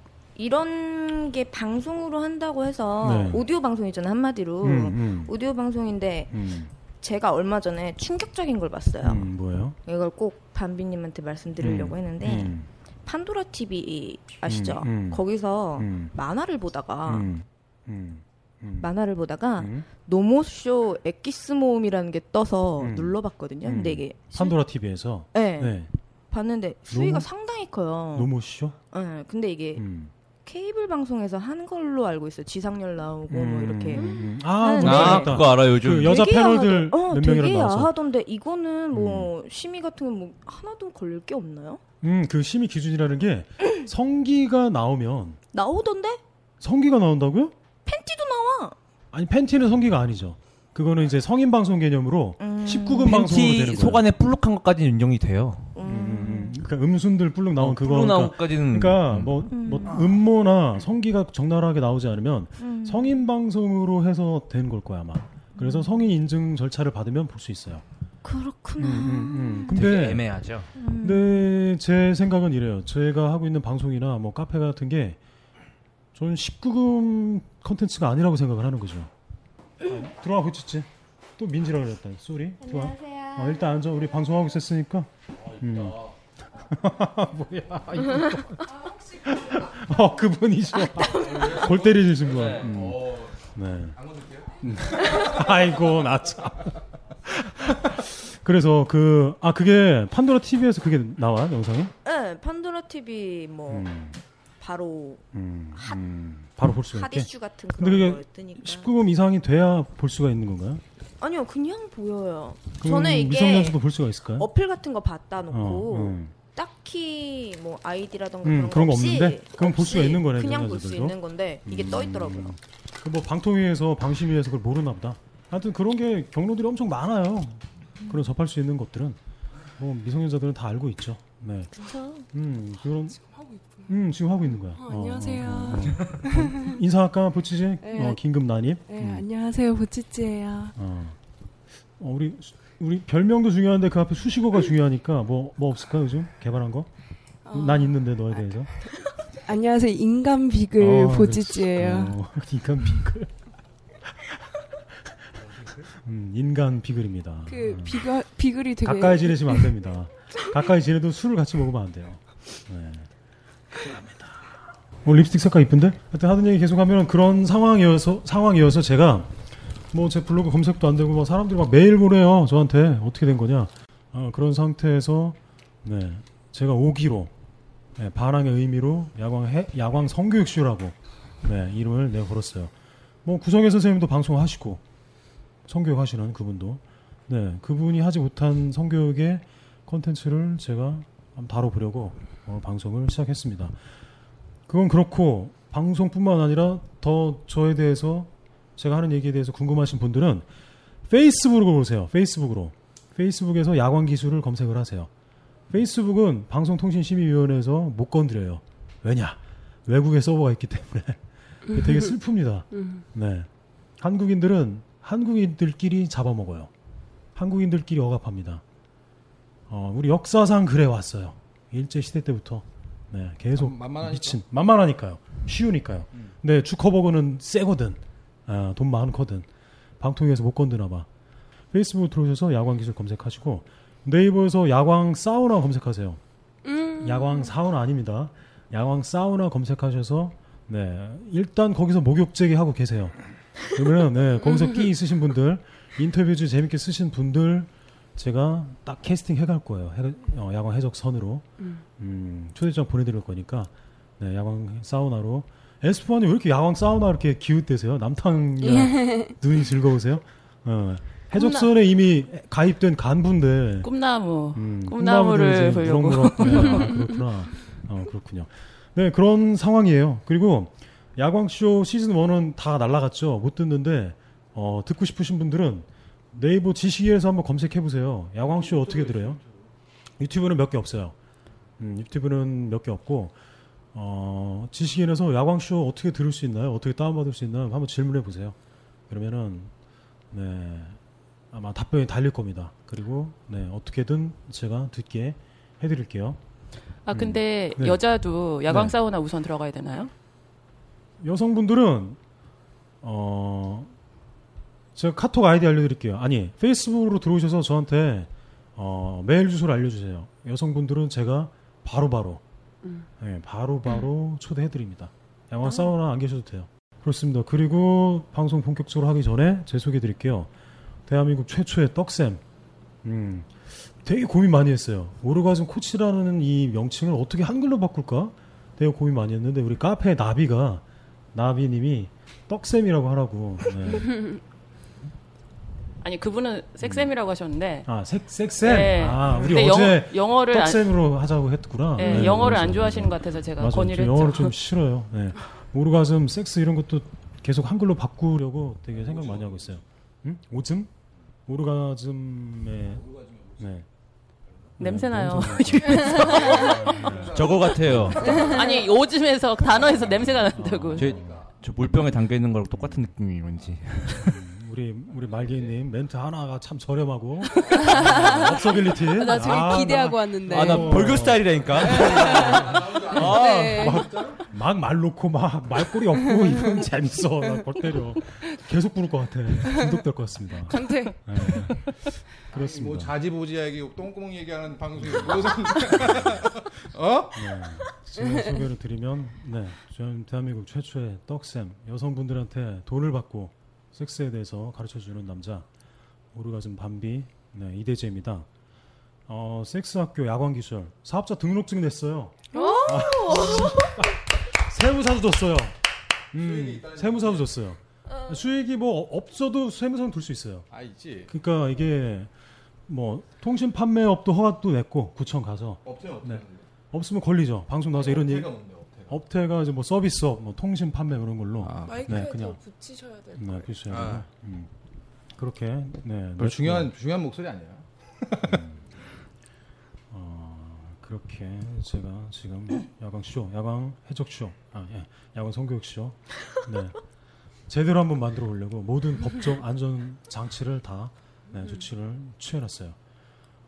Speaker 10: 이런 게 방송으로 한다고 해서
Speaker 2: 네.
Speaker 10: 오디오 방송이잖아 요 한마디로
Speaker 2: 음, 음,
Speaker 10: 오디오 방송인데
Speaker 2: 음,
Speaker 10: 제가 얼마 전에 충격적인 걸 봤어요.
Speaker 2: 음, 뭐예요?
Speaker 10: 이걸 꼭 담비님한테 말씀드리려고
Speaker 2: 음,
Speaker 10: 했는데
Speaker 2: 음,
Speaker 10: 판도라 TV 아시죠?
Speaker 2: 음, 음.
Speaker 10: 거기서
Speaker 2: 음.
Speaker 10: 만화를 보다가
Speaker 2: 음, 음, 음,
Speaker 10: 만화를 보다가
Speaker 2: 음.
Speaker 10: 노모쇼 엑기스 모음이라는 게 떠서
Speaker 2: 음.
Speaker 10: 눌러봤거든요.
Speaker 2: 음.
Speaker 10: 근데 이게 실-
Speaker 2: 판도라 TV에서
Speaker 10: 네,
Speaker 2: 네,
Speaker 10: 봤는데 수위가
Speaker 2: 노모-
Speaker 10: 상당히 커요.
Speaker 2: 노모쇼.
Speaker 10: 네, 근데 이게
Speaker 2: 음.
Speaker 10: 케이블 방송에서 한 걸로 알고 있어요. 지상렬 나오고 뭐
Speaker 2: 음,
Speaker 10: 이렇게
Speaker 2: 음, 음. 아,
Speaker 10: 하는데.
Speaker 2: 뭔지
Speaker 8: 아,
Speaker 2: 알겠다.
Speaker 8: 그거 알아, 요즘.
Speaker 2: 그 여자
Speaker 10: 되게
Speaker 2: 패널들
Speaker 10: 야하더- 어,
Speaker 2: 몇 명이랑
Speaker 10: 되게
Speaker 2: 나와서.
Speaker 10: 야하던데 이거는 뭐 심의 같은 건 뭐 하나도 걸릴 게 없나요?
Speaker 2: 음, 그 심의 기준이라는 게 성기가 나오면
Speaker 10: 나오던데
Speaker 2: 성기가 나온다고요?
Speaker 10: 팬티도 나와.
Speaker 2: 아니 팬티는 성기가 아니죠. 그거는 이제 성인 방송 개념으로
Speaker 8: 그
Speaker 2: 19금 방송으로 되는
Speaker 8: 팬티
Speaker 2: 거예요.
Speaker 8: 속안에 볼록한 것까지는 인정이 돼요.
Speaker 2: 음, 그러니까 음순들 뿔룩 나온
Speaker 8: 어,
Speaker 2: 그거.
Speaker 8: 볼록 나온
Speaker 2: 그러니까
Speaker 8: 것까지는.
Speaker 2: 그러니까
Speaker 8: 음.
Speaker 2: 뭐, 뭐 음모나 성기가 적나라하게 나오지 않으면 성인 방송으로 해서 된 걸 거야 아마. 그래서 성인 인증 절차를 받으면 볼 수 있어요.
Speaker 10: 그렇구나.
Speaker 2: 음,
Speaker 8: 음, 되게
Speaker 2: 근데
Speaker 8: 애매하죠.
Speaker 2: 네, 근데 제 생각은 이래요. 제가 하고 있는 방송이나 뭐 카페 같은 게 저는 19금 컨텐츠가 아니라고 생각을 하는 거죠. 아, 들어가고 있었지. 또 민지라 그랬다. 쏘리. 들어와. 어, 일단 앉아. 우리 방송하고 있었으니까. 음. 뭐야. 이분 또. 어, 그분이죠. 골 때리시는 분. 음. 네. 음. 아이고, 나 참. 그래서 그, 아, 그게 판도라 TV에서 그게 나와, 영상이?
Speaker 10: 네, 판도라 TV 뭐
Speaker 2: 음.
Speaker 10: 바로
Speaker 2: 음, 음. 바로 볼 수가
Speaker 10: 핫
Speaker 2: 있게.
Speaker 10: 이슈 같은
Speaker 2: 근데
Speaker 10: 그런
Speaker 2: 그게
Speaker 10: 거 뜨니까.
Speaker 2: 19금 이상이 돼야 볼 수가 있는 건가요?
Speaker 10: 아니요, 그냥 보여요.
Speaker 2: 그럼
Speaker 10: 저는 이게
Speaker 2: 미성년자도 볼 수가 있을까요?
Speaker 10: 어플 같은 거 받다 놓고
Speaker 2: 어, 음.
Speaker 10: 딱히 뭐 아이디라던가
Speaker 2: 음,
Speaker 10: 그런
Speaker 2: 그런 거
Speaker 10: 거 없이
Speaker 2: 없는데? 그럼 볼 수가
Speaker 10: 없이
Speaker 2: 있는 거네,
Speaker 10: 그냥 볼 수
Speaker 2: 면접에서도? 음.
Speaker 10: 있는 건데 이게 떠 있더라고요.
Speaker 2: 그 뭐 방통위에서 방심위에서 그걸 모르나 보다. 하여튼 그런 게 경로들이 엄청 많아요. 그런 접할 수 있는 것들은 뭐 미성년자들은 다 알고 있죠. 네.
Speaker 10: 그쵸.
Speaker 2: 음, 그런 음, 지금 하고 있는 거야. 어,
Speaker 11: 안녕하세요.
Speaker 2: 어, 어. 인사학과 보치지?
Speaker 11: 네.
Speaker 2: 어, 긴급 난입.
Speaker 11: 네, 안녕하세요. 보치찌예요.
Speaker 2: 어. 어, 우리 수- 우리 별명도 중요한데 그 앞에 수식어가 중요하니까 뭐 뭐 없을까 요즘 개발한 거?
Speaker 11: 어.
Speaker 2: 난 있는데 너에 대해서.
Speaker 11: 안녕하세요. 인간 비글
Speaker 2: 어,
Speaker 11: 그 보치찌예요.
Speaker 2: 어, 인간 비글. 음, 인간 비글입니다. 음.
Speaker 11: 그 비글 비글이 되게
Speaker 2: 가까이 지내시면 안 됩니다. 가까이 지내도 술을 같이 먹으면 안 돼요. 네. 오늘 립스틱 색깔 이쁜데? 하여튼 하던 얘기 계속 하면 그런 상황이어서 상황이어서 제가 뭐 제 블로그 검색도 안 되고 막 사람들이 막 메일 보내요 저한테 어떻게 된 거냐 어, 그런 상태에서 네 제가 오기로 네, 반항의 의미로 야광 해, 야광 성교육쇼라고 네, 이름을 내걸었어요. 뭐 구성혜 선생님도 방송하시고 성교육 하시는 그분도 네 그분이 하지 못한 성교육의 컨텐츠를 제가 한번 다뤄보려고 오늘 방송을 시작했습니다. 그건 그렇고 방송뿐만 아니라 더 저에 대해서 제가 하는 얘기에 대해서 궁금하신 분들은 페이스북으로 보세요. 페이스북으로 페이스북에서 야광 기술을 검색을 하세요. 페이스북은 방송통신심의위원회에서 못 건드려요. 왜냐? 외국에 서버가 있기 때문에 이게 되게 슬픕니다.
Speaker 11: 음.
Speaker 2: 네. 한국인들은 한국인들끼리 잡아먹어요. 한국인들끼리 억압합니다. 어, 우리 역사상 그래 왔어요. 일제 시대 때부터 네, 계속 미친 만만하니까요. 쉬우니까요. 근데 주커버거는 세거든. 아, 돈 많거든. 방통위에서 못 건드나 봐. 페이스북 들어오셔서 야광 기술 검색하시고 네이버에서 야광 사우나 검색하세요. 야광 사우나 아닙니다. 야광 사우나 검색하셔서 네 일단 거기서 목욕제기 하고 계세요. 그러면은 네, 거기서 끼 있으신 분들 인터뷰지 재밌게 쓰신 분들 제가 딱 캐스팅 해갈 거예요. 해- 어, 야광 해적선으로
Speaker 11: 음.
Speaker 2: 음, 초대장 보내드릴 거니까 네, 야광 사우나로 에스프완이 왜 이렇게 야광 사우나 이렇게 기웃대세요? 남탕이랑 눈이 즐거우세요? 어, 해적선에 이미 가입된 간부인데
Speaker 6: 꿈나무.
Speaker 2: 음,
Speaker 6: 꿈나무를
Speaker 2: 꿈나무들 이제
Speaker 6: 보려고.
Speaker 2: 무럭무럭. 아, 그렇구나. 어, 그렇군요. 네, 그런 상황이에요. 그리고 야광쇼 시즌 1은 다 날라갔죠. 못 듣는데 어, 듣고 싶으신 분들은 네이버 지식에서 한번 검색해 보세요. 야광쇼 어떻게 들어요? 유튜브는 몇 개 없어요. 음, 유튜브는 몇 개 없고 어, 지식인에서 야광쇼 어떻게 들을 수 있나요? 어떻게 다운받을 수 있나요? 한번 질문해 보세요. 그러면은 네, 아마 답변이 달릴 겁니다. 그리고 네, 어떻게든 제가 듣게 해드릴게요.
Speaker 6: 아 근데
Speaker 2: 음. 네.
Speaker 6: 여자도 야광
Speaker 2: 네.
Speaker 6: 사우나 우선 들어가야 되나요?
Speaker 2: 여성분들은 어 제가 카톡 아이디 알려드릴게요. 아니 페이스북으로 들어오셔서 저한테 어, 메일 주소를 알려주세요. 여성분들은 제가 바로바로
Speaker 11: 음.
Speaker 2: 예, 바로바로 초대해드립니다. 양화 사우나 안 계셔도 돼요. 그렇습니다. 그리고 방송 본격적으로 하기 전에 제 소개해드릴게요. 대한민국 최초의 떡쌤. 음, 되게 고민 많이 했어요. 오르가즘 코치라는 이 명칭을 어떻게 한글로 바꿀까? 되게 고민 많이 했는데 우리 카페 나비가 나비님이 떡쌤이라고 하라고. 네.
Speaker 6: 아니 그분은 색쌤이라고 하셨는데.
Speaker 2: 아, 색, 색쌤?
Speaker 6: 네.
Speaker 2: 아, 우리
Speaker 6: 근데
Speaker 2: 어제
Speaker 6: 영어, 를
Speaker 2: 떡쌤으로 하자고 했구나.
Speaker 6: 네,
Speaker 2: 네,
Speaker 6: 영어를
Speaker 2: 맞아요.
Speaker 6: 안 좋아하시는 것 같아서 제가
Speaker 2: 맞아요.
Speaker 6: 건의를
Speaker 2: 저 영어를
Speaker 6: 했죠.
Speaker 2: 좀 싫어요. 네. 오르가즘, 섹스 이런 것도 계속 한글로 바꾸려고 되게 생각 많이 하고 있어요. 응? 오즘? 오르가즘의 네.
Speaker 6: 냄새나요.
Speaker 8: 저거 같아요.
Speaker 6: 아니 요즘에서 단어에서 냄새가 난다고.
Speaker 8: 저, 저 물병에 담겨 있는 거랑 똑같은 느낌이 뭔지.
Speaker 2: 우리 우리 말개님 멘트 하나가 참 저렴하고 어, 업서빌리티.
Speaker 11: 아,
Speaker 2: 아, 네.
Speaker 11: 나 지금 기대하고 왔는데.
Speaker 8: 네. 아, 나 벌교 스타일이라니까.
Speaker 11: 네.
Speaker 2: 막 막 말 놓고 막 말꼬리 없고 이건 재밌어. 나골 때려. 계속 부를 것 같아. 중독될 것 같습니다.
Speaker 6: 강태.
Speaker 2: 네. 그렇습니다.
Speaker 3: 뭐 자지보지 얘기, 똥구멍 얘기하는 방송이 뭐 상관- 어?
Speaker 2: 네. 제가 소개를 드리면 네, 저는 대한민국 최초의 떡샘 여성분들한테 돈을 받고 섹스에 대해서 가르쳐주는 남자 오르가즘 반비 네, 이대재입니다. 어, 섹스학교 야광기술 사업자 등록증 냈어요. 세무사도 줬어요. 음, 세무사도 줬어요. 수익이 뭐 없어도 세무사는 둘 수 있어요.
Speaker 3: 아 있지.
Speaker 2: 그러니까 이게 뭐 통신 판매업도 허가도 냈고 구청 가서
Speaker 3: 없어요, 없어요.
Speaker 2: 네. 없으면 걸리죠. 방송 나와서 이런 얘기.
Speaker 3: 업태가 뭔데요, 업태가? 뭐
Speaker 2: 업태가 이제 뭐 서비스업, 뭐 통신 판매 이런 걸로
Speaker 12: 마이크에 더 붙이셔야 될
Speaker 2: 네,
Speaker 12: 거예요.
Speaker 2: 글쎄요.
Speaker 3: 아.
Speaker 2: 음. 그렇게 네. 네,
Speaker 3: 별 중요한 중요한 목소리 아니에요?
Speaker 2: 어, 그렇게 제가 지금 야광 쇼, 야광 해적 쇼, 아 예, 야광 성교육 쇼, 네 제대로 한번 만들어 보려고 모든 법적 안전 장치를 다 네, 조치를 취해놨어요.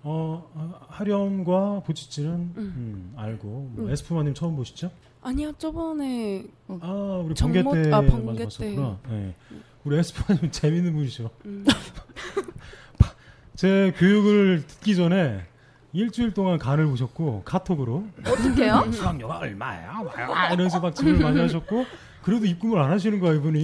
Speaker 2: 어 아, 하렴과 부치찌는 음, 알고 뭐
Speaker 11: 음.
Speaker 2: 에스푸마님 처음 보시죠?
Speaker 11: 아니야 저번에
Speaker 2: 아 우리 번개 때
Speaker 11: 어. 아
Speaker 2: 맞아
Speaker 11: 번개 때 음.
Speaker 2: 봤었구나. 네. 우리 에스파님 재밌는 분이죠. 제 교육을 듣기 전에 일주일 동안 간을 보셨고 카톡으로
Speaker 5: 어떡해요?
Speaker 2: 수강료가 얼마야? 얼마야? 이러면서 막 질문 많이 하셨고 그래도 입금을 안 하시는 거야 이분이.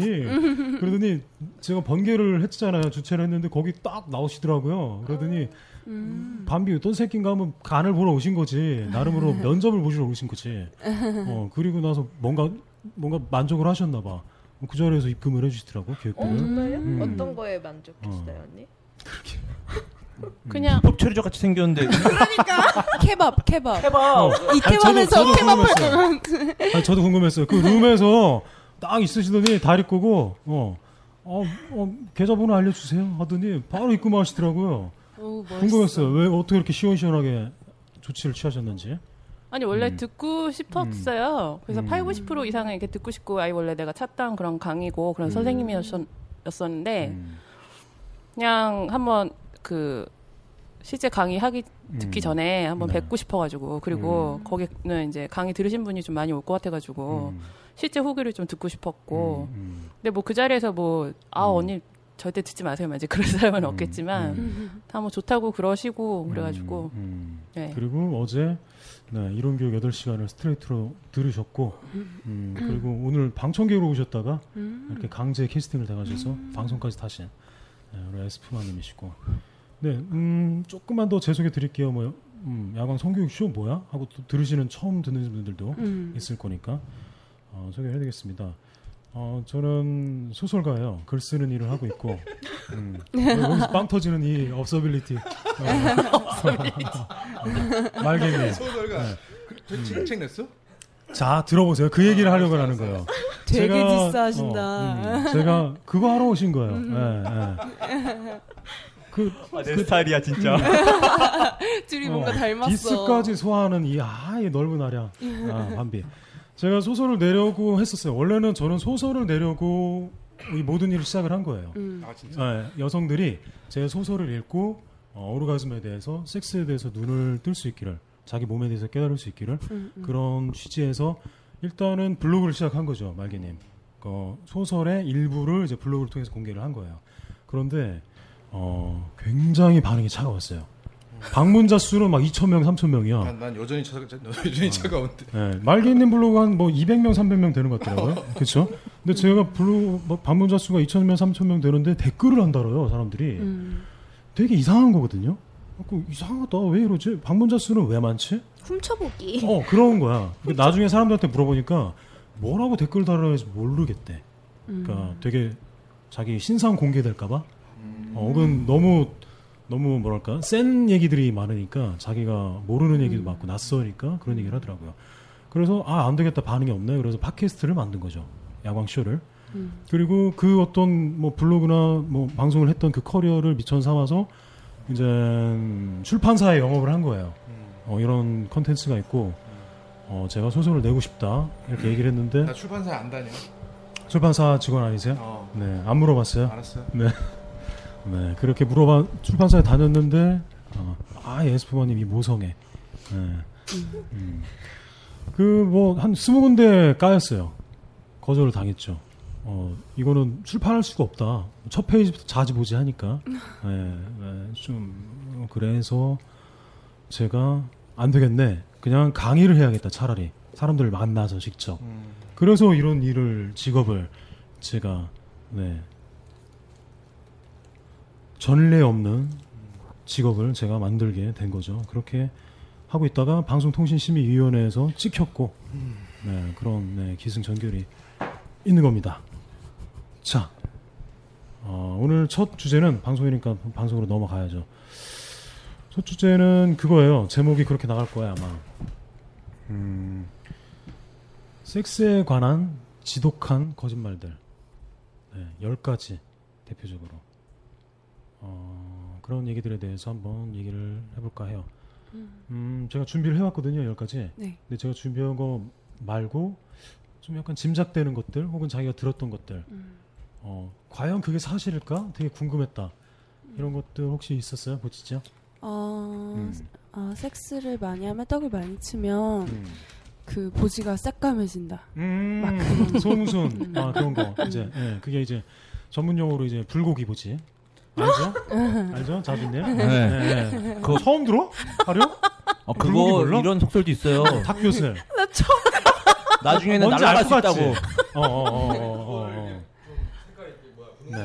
Speaker 2: 그러더니 제가 번개를 했잖아요 주최를 했는데 거기 딱 나오시더라고요. 그러더니
Speaker 11: 음.
Speaker 2: 밤비 어떤 새끼인가 하면 간을 보러 오신 거지 나름으로 면접을 보시러 오신 거지. 어 그리고 나서 뭔가 뭔가 만족을 하셨나 봐. 그 자리에서 입금을 해주시더라고
Speaker 12: 어,
Speaker 2: 교육비를.
Speaker 12: 정말요?
Speaker 2: 음.
Speaker 12: 어떤 거에 만족했어요, 언니?
Speaker 6: 그냥
Speaker 8: 법처리적 같이 생겼는데
Speaker 11: 케밥 케밥
Speaker 8: 케밥
Speaker 11: 이태원에서
Speaker 2: 어. 아니, 저도- 저도
Speaker 11: 케밥
Speaker 2: 궁금했어요.
Speaker 11: 먹을 거
Speaker 2: 아, 저도 궁금했어요. 그 룸에서 딱 있으시더니 다리 꼬고 어, 어, 어, 계좌번호 알려주세요 하더니 바로 입금하시더라고요.
Speaker 11: 오, 멋있어.
Speaker 2: 궁금했어요. 왜 어떻게 이렇게 시원시원하게 조치를 취하셨는지.
Speaker 6: 아니 원래 듣고 싶었어요. 그래서
Speaker 2: 음.
Speaker 6: 8, 90% 이상은 이렇게 듣고 싶고 아이 원래 내가 찾던 그런 강의고 그런
Speaker 11: 네.
Speaker 6: 선생님이었었는데
Speaker 2: 음.
Speaker 6: 그냥 한번 그 실제 강의 하기 듣기 전에 한번 뵙고 싶어가지고 그리고 거기는 이제 강의 들으신 분이 좀 많이 올 것
Speaker 11: 어,
Speaker 6: 같아가지고
Speaker 2: 음.
Speaker 6: 실제 후기를 좀 듣고 싶었고 근데 뭐 그 자리에서 뭐 아
Speaker 2: 음.
Speaker 6: 언니 절대 듣지 마세요 이제 그런 사람은 없겠지만
Speaker 2: 음.
Speaker 6: 다 뭐 좋다고 그러시고 그래가지고 네.
Speaker 2: 그리고 어제 네, 이론 교육 8시간을 스트레이트로 들으셨고 음, 그리고 오늘 방청객으로 오셨다가
Speaker 5: 음.
Speaker 2: 이렇게 강제 캐스팅을 당하셔서 방송까지 타신 네, 우리 에스프마님이시고 네, 음, 조금만 더 재소개 드릴게요. 뭐 음, 야광 성교육 쇼 뭐야? 하고 또 들으시는 처음 듣는 분들도
Speaker 5: 음.
Speaker 2: 있을 거니까 어, 소개해드리겠습니다. 어, 저는 소설가예요. 글 쓰는 일을 하고 있고 음, 여기서 빵 터지는 이 업서빌리티 어.
Speaker 5: 업서빌리티.
Speaker 2: 말개미
Speaker 3: 소설가.
Speaker 2: 네.
Speaker 3: 그, 책, 책 냈어?
Speaker 2: 자 들어보세요. 그 얘기를 하려고 하는 거예요.
Speaker 11: 아, 되게
Speaker 2: 제가-
Speaker 11: 디스하신다. 음.
Speaker 2: 어, 음, 제가 그거 하러 오신 거예요. 예, 예. 그,
Speaker 8: 아, 내 스타일이야, 진짜.
Speaker 11: 그 둘이 뭔가 닮았어.
Speaker 2: 디스까지 소화하는 이 아예 넓은 아량 아, 반비. 제가 소설을 내려고 했었어요. 원래는 저는 소설을 내려고 이 모든 일을 시작을 한 거예요.
Speaker 3: 음. 아, 진짜?
Speaker 2: 예, 여성들이 제 소설을 읽고 어, 오르가즘에 대해서 섹스에 대해서 눈을 뜰 수 있기를 자기 몸에 대해서 깨달을 수 있기를
Speaker 5: 음, 음.
Speaker 2: 그런 취지에서 일단은 블로그를 시작한 거죠 말개님 어, 소설의 일부를 이제 블로그를 통해서 공개를 한 거예요 그런데 어, 굉장히 반응이 차가웠어요 방문자 수는 막 2천 명 3천 명이야
Speaker 3: 난, 난 여전히 차가 여전히 차가운데.
Speaker 2: 네, 말기님 블로그 한 뭐 200명, 300명 되는 것 같더라고요. 그렇죠? 근데 제가 블로그 뭐 방문자 수가 2,000명, 3,000명 되는데 댓글을 안 달아요, 사람들이. 되게 이상한 거거든요. 그 이상하다. 왜 이러지? 방문자 수는 왜 많지?
Speaker 9: 훔쳐보기.
Speaker 2: 어, 그런 거야. 근데 나중에 사람들한테 물어보니까 뭐라고 댓글 달아야 할지 모르겠대. 그러니까 되게 자기 신상 공개될까봐 어, 혹은 너무 너무 뭐랄까 센 얘기들이 많으니까 자기가 모르는 얘기도 많고 낯서니까 그런 얘기를 하더라고요. 그래서 아 안 되겠다 반응이 없네. 그래서 팟캐스트를 만든 거죠. 야광 쇼를.
Speaker 5: 음.
Speaker 2: 그리고 그 어떤 뭐 블로그나 뭐 방송을 했던 그 커리어를 미천 삼아서 이제 출판사에 영업을 한 거예요. 어, 이런 컨텐츠가 있고 어, 제가 소설을 내고 싶다 이렇게 얘기를 했는데
Speaker 3: 나 출판사 안 다녀.
Speaker 2: 출판사 직원 아니세요?
Speaker 3: 어.
Speaker 2: 네, 안 물어봤어요.
Speaker 3: 알았어요.
Speaker 2: 네, 네 그렇게 물어봐 출판사에 다녔는데 어, 아 예스프마님 이 모성애. 네. 음. 그 뭐 한 스무 군데 까였어요. 거절을 당했죠. 어 이거는 출판할 수가 없다. 첫 페이지부터 자지보지 하니까. 예, 예, 좀 그래서 제가 안 되겠네. 그냥 강의를 해야겠다. 차라리 사람들을 만나서 직접. 그래서 이런 일을 직업을 제가 네 전례 없는 직업을 제가 만들게 된 거죠. 그렇게 하고 있다가 방송통신심의위원회에서 찍혔고 네, 그런 네, 기승전결이 있는 겁니다. 자, 어, 오늘 첫 주제는 방송이니까 방송으로 넘어가야죠. 첫 주제는 그거예요. 제목이 그렇게 나갈 거야 아마. 음, 섹스에 관한 지독한 거짓말들 네, 10가지 대표적으로 어, 그런 얘기들에 대해서 한번 얘기를 해볼까 해요. 음, 제가 준비를 해왔거든요, 열 가지.
Speaker 11: 네.
Speaker 2: 근데 제가 준비한 거 말고 좀 약간 짐작되는 것들, 혹은 자기가 들었던 것들,
Speaker 11: 음.
Speaker 2: 어, 과연 그게 사실일까? 되게 궁금했다. 이런 것들 혹시 있었어요, 보치죠?
Speaker 11: 음. 어,
Speaker 2: 음.
Speaker 11: 아, 섹스를 많이 하면 떡을 많이 치면
Speaker 2: 음.
Speaker 11: 그 보지가 싹감해진다.
Speaker 2: 음,
Speaker 11: 막 그런
Speaker 2: 소음순,
Speaker 11: 음.
Speaker 2: 아 그런 거 이제 예, 그게 이제 전문 용어로 이제 불고기 보지. 알죠? 알죠, 자빈님?
Speaker 8: 네.
Speaker 2: 예, 예.
Speaker 8: 그거-
Speaker 2: 처음 들어? 하려?
Speaker 8: 어,
Speaker 2: 불고기
Speaker 8: 그거
Speaker 2: 몰라?
Speaker 8: 이런 속설도 있어요.
Speaker 2: 닭교슬.
Speaker 11: 나 처음.
Speaker 8: 나중에는
Speaker 2: 뭔지
Speaker 8: 날아갈
Speaker 2: 알
Speaker 8: 수
Speaker 2: 것 같지?
Speaker 8: 있다고.
Speaker 2: 어, 어, 어, 어, 어, 어. 네.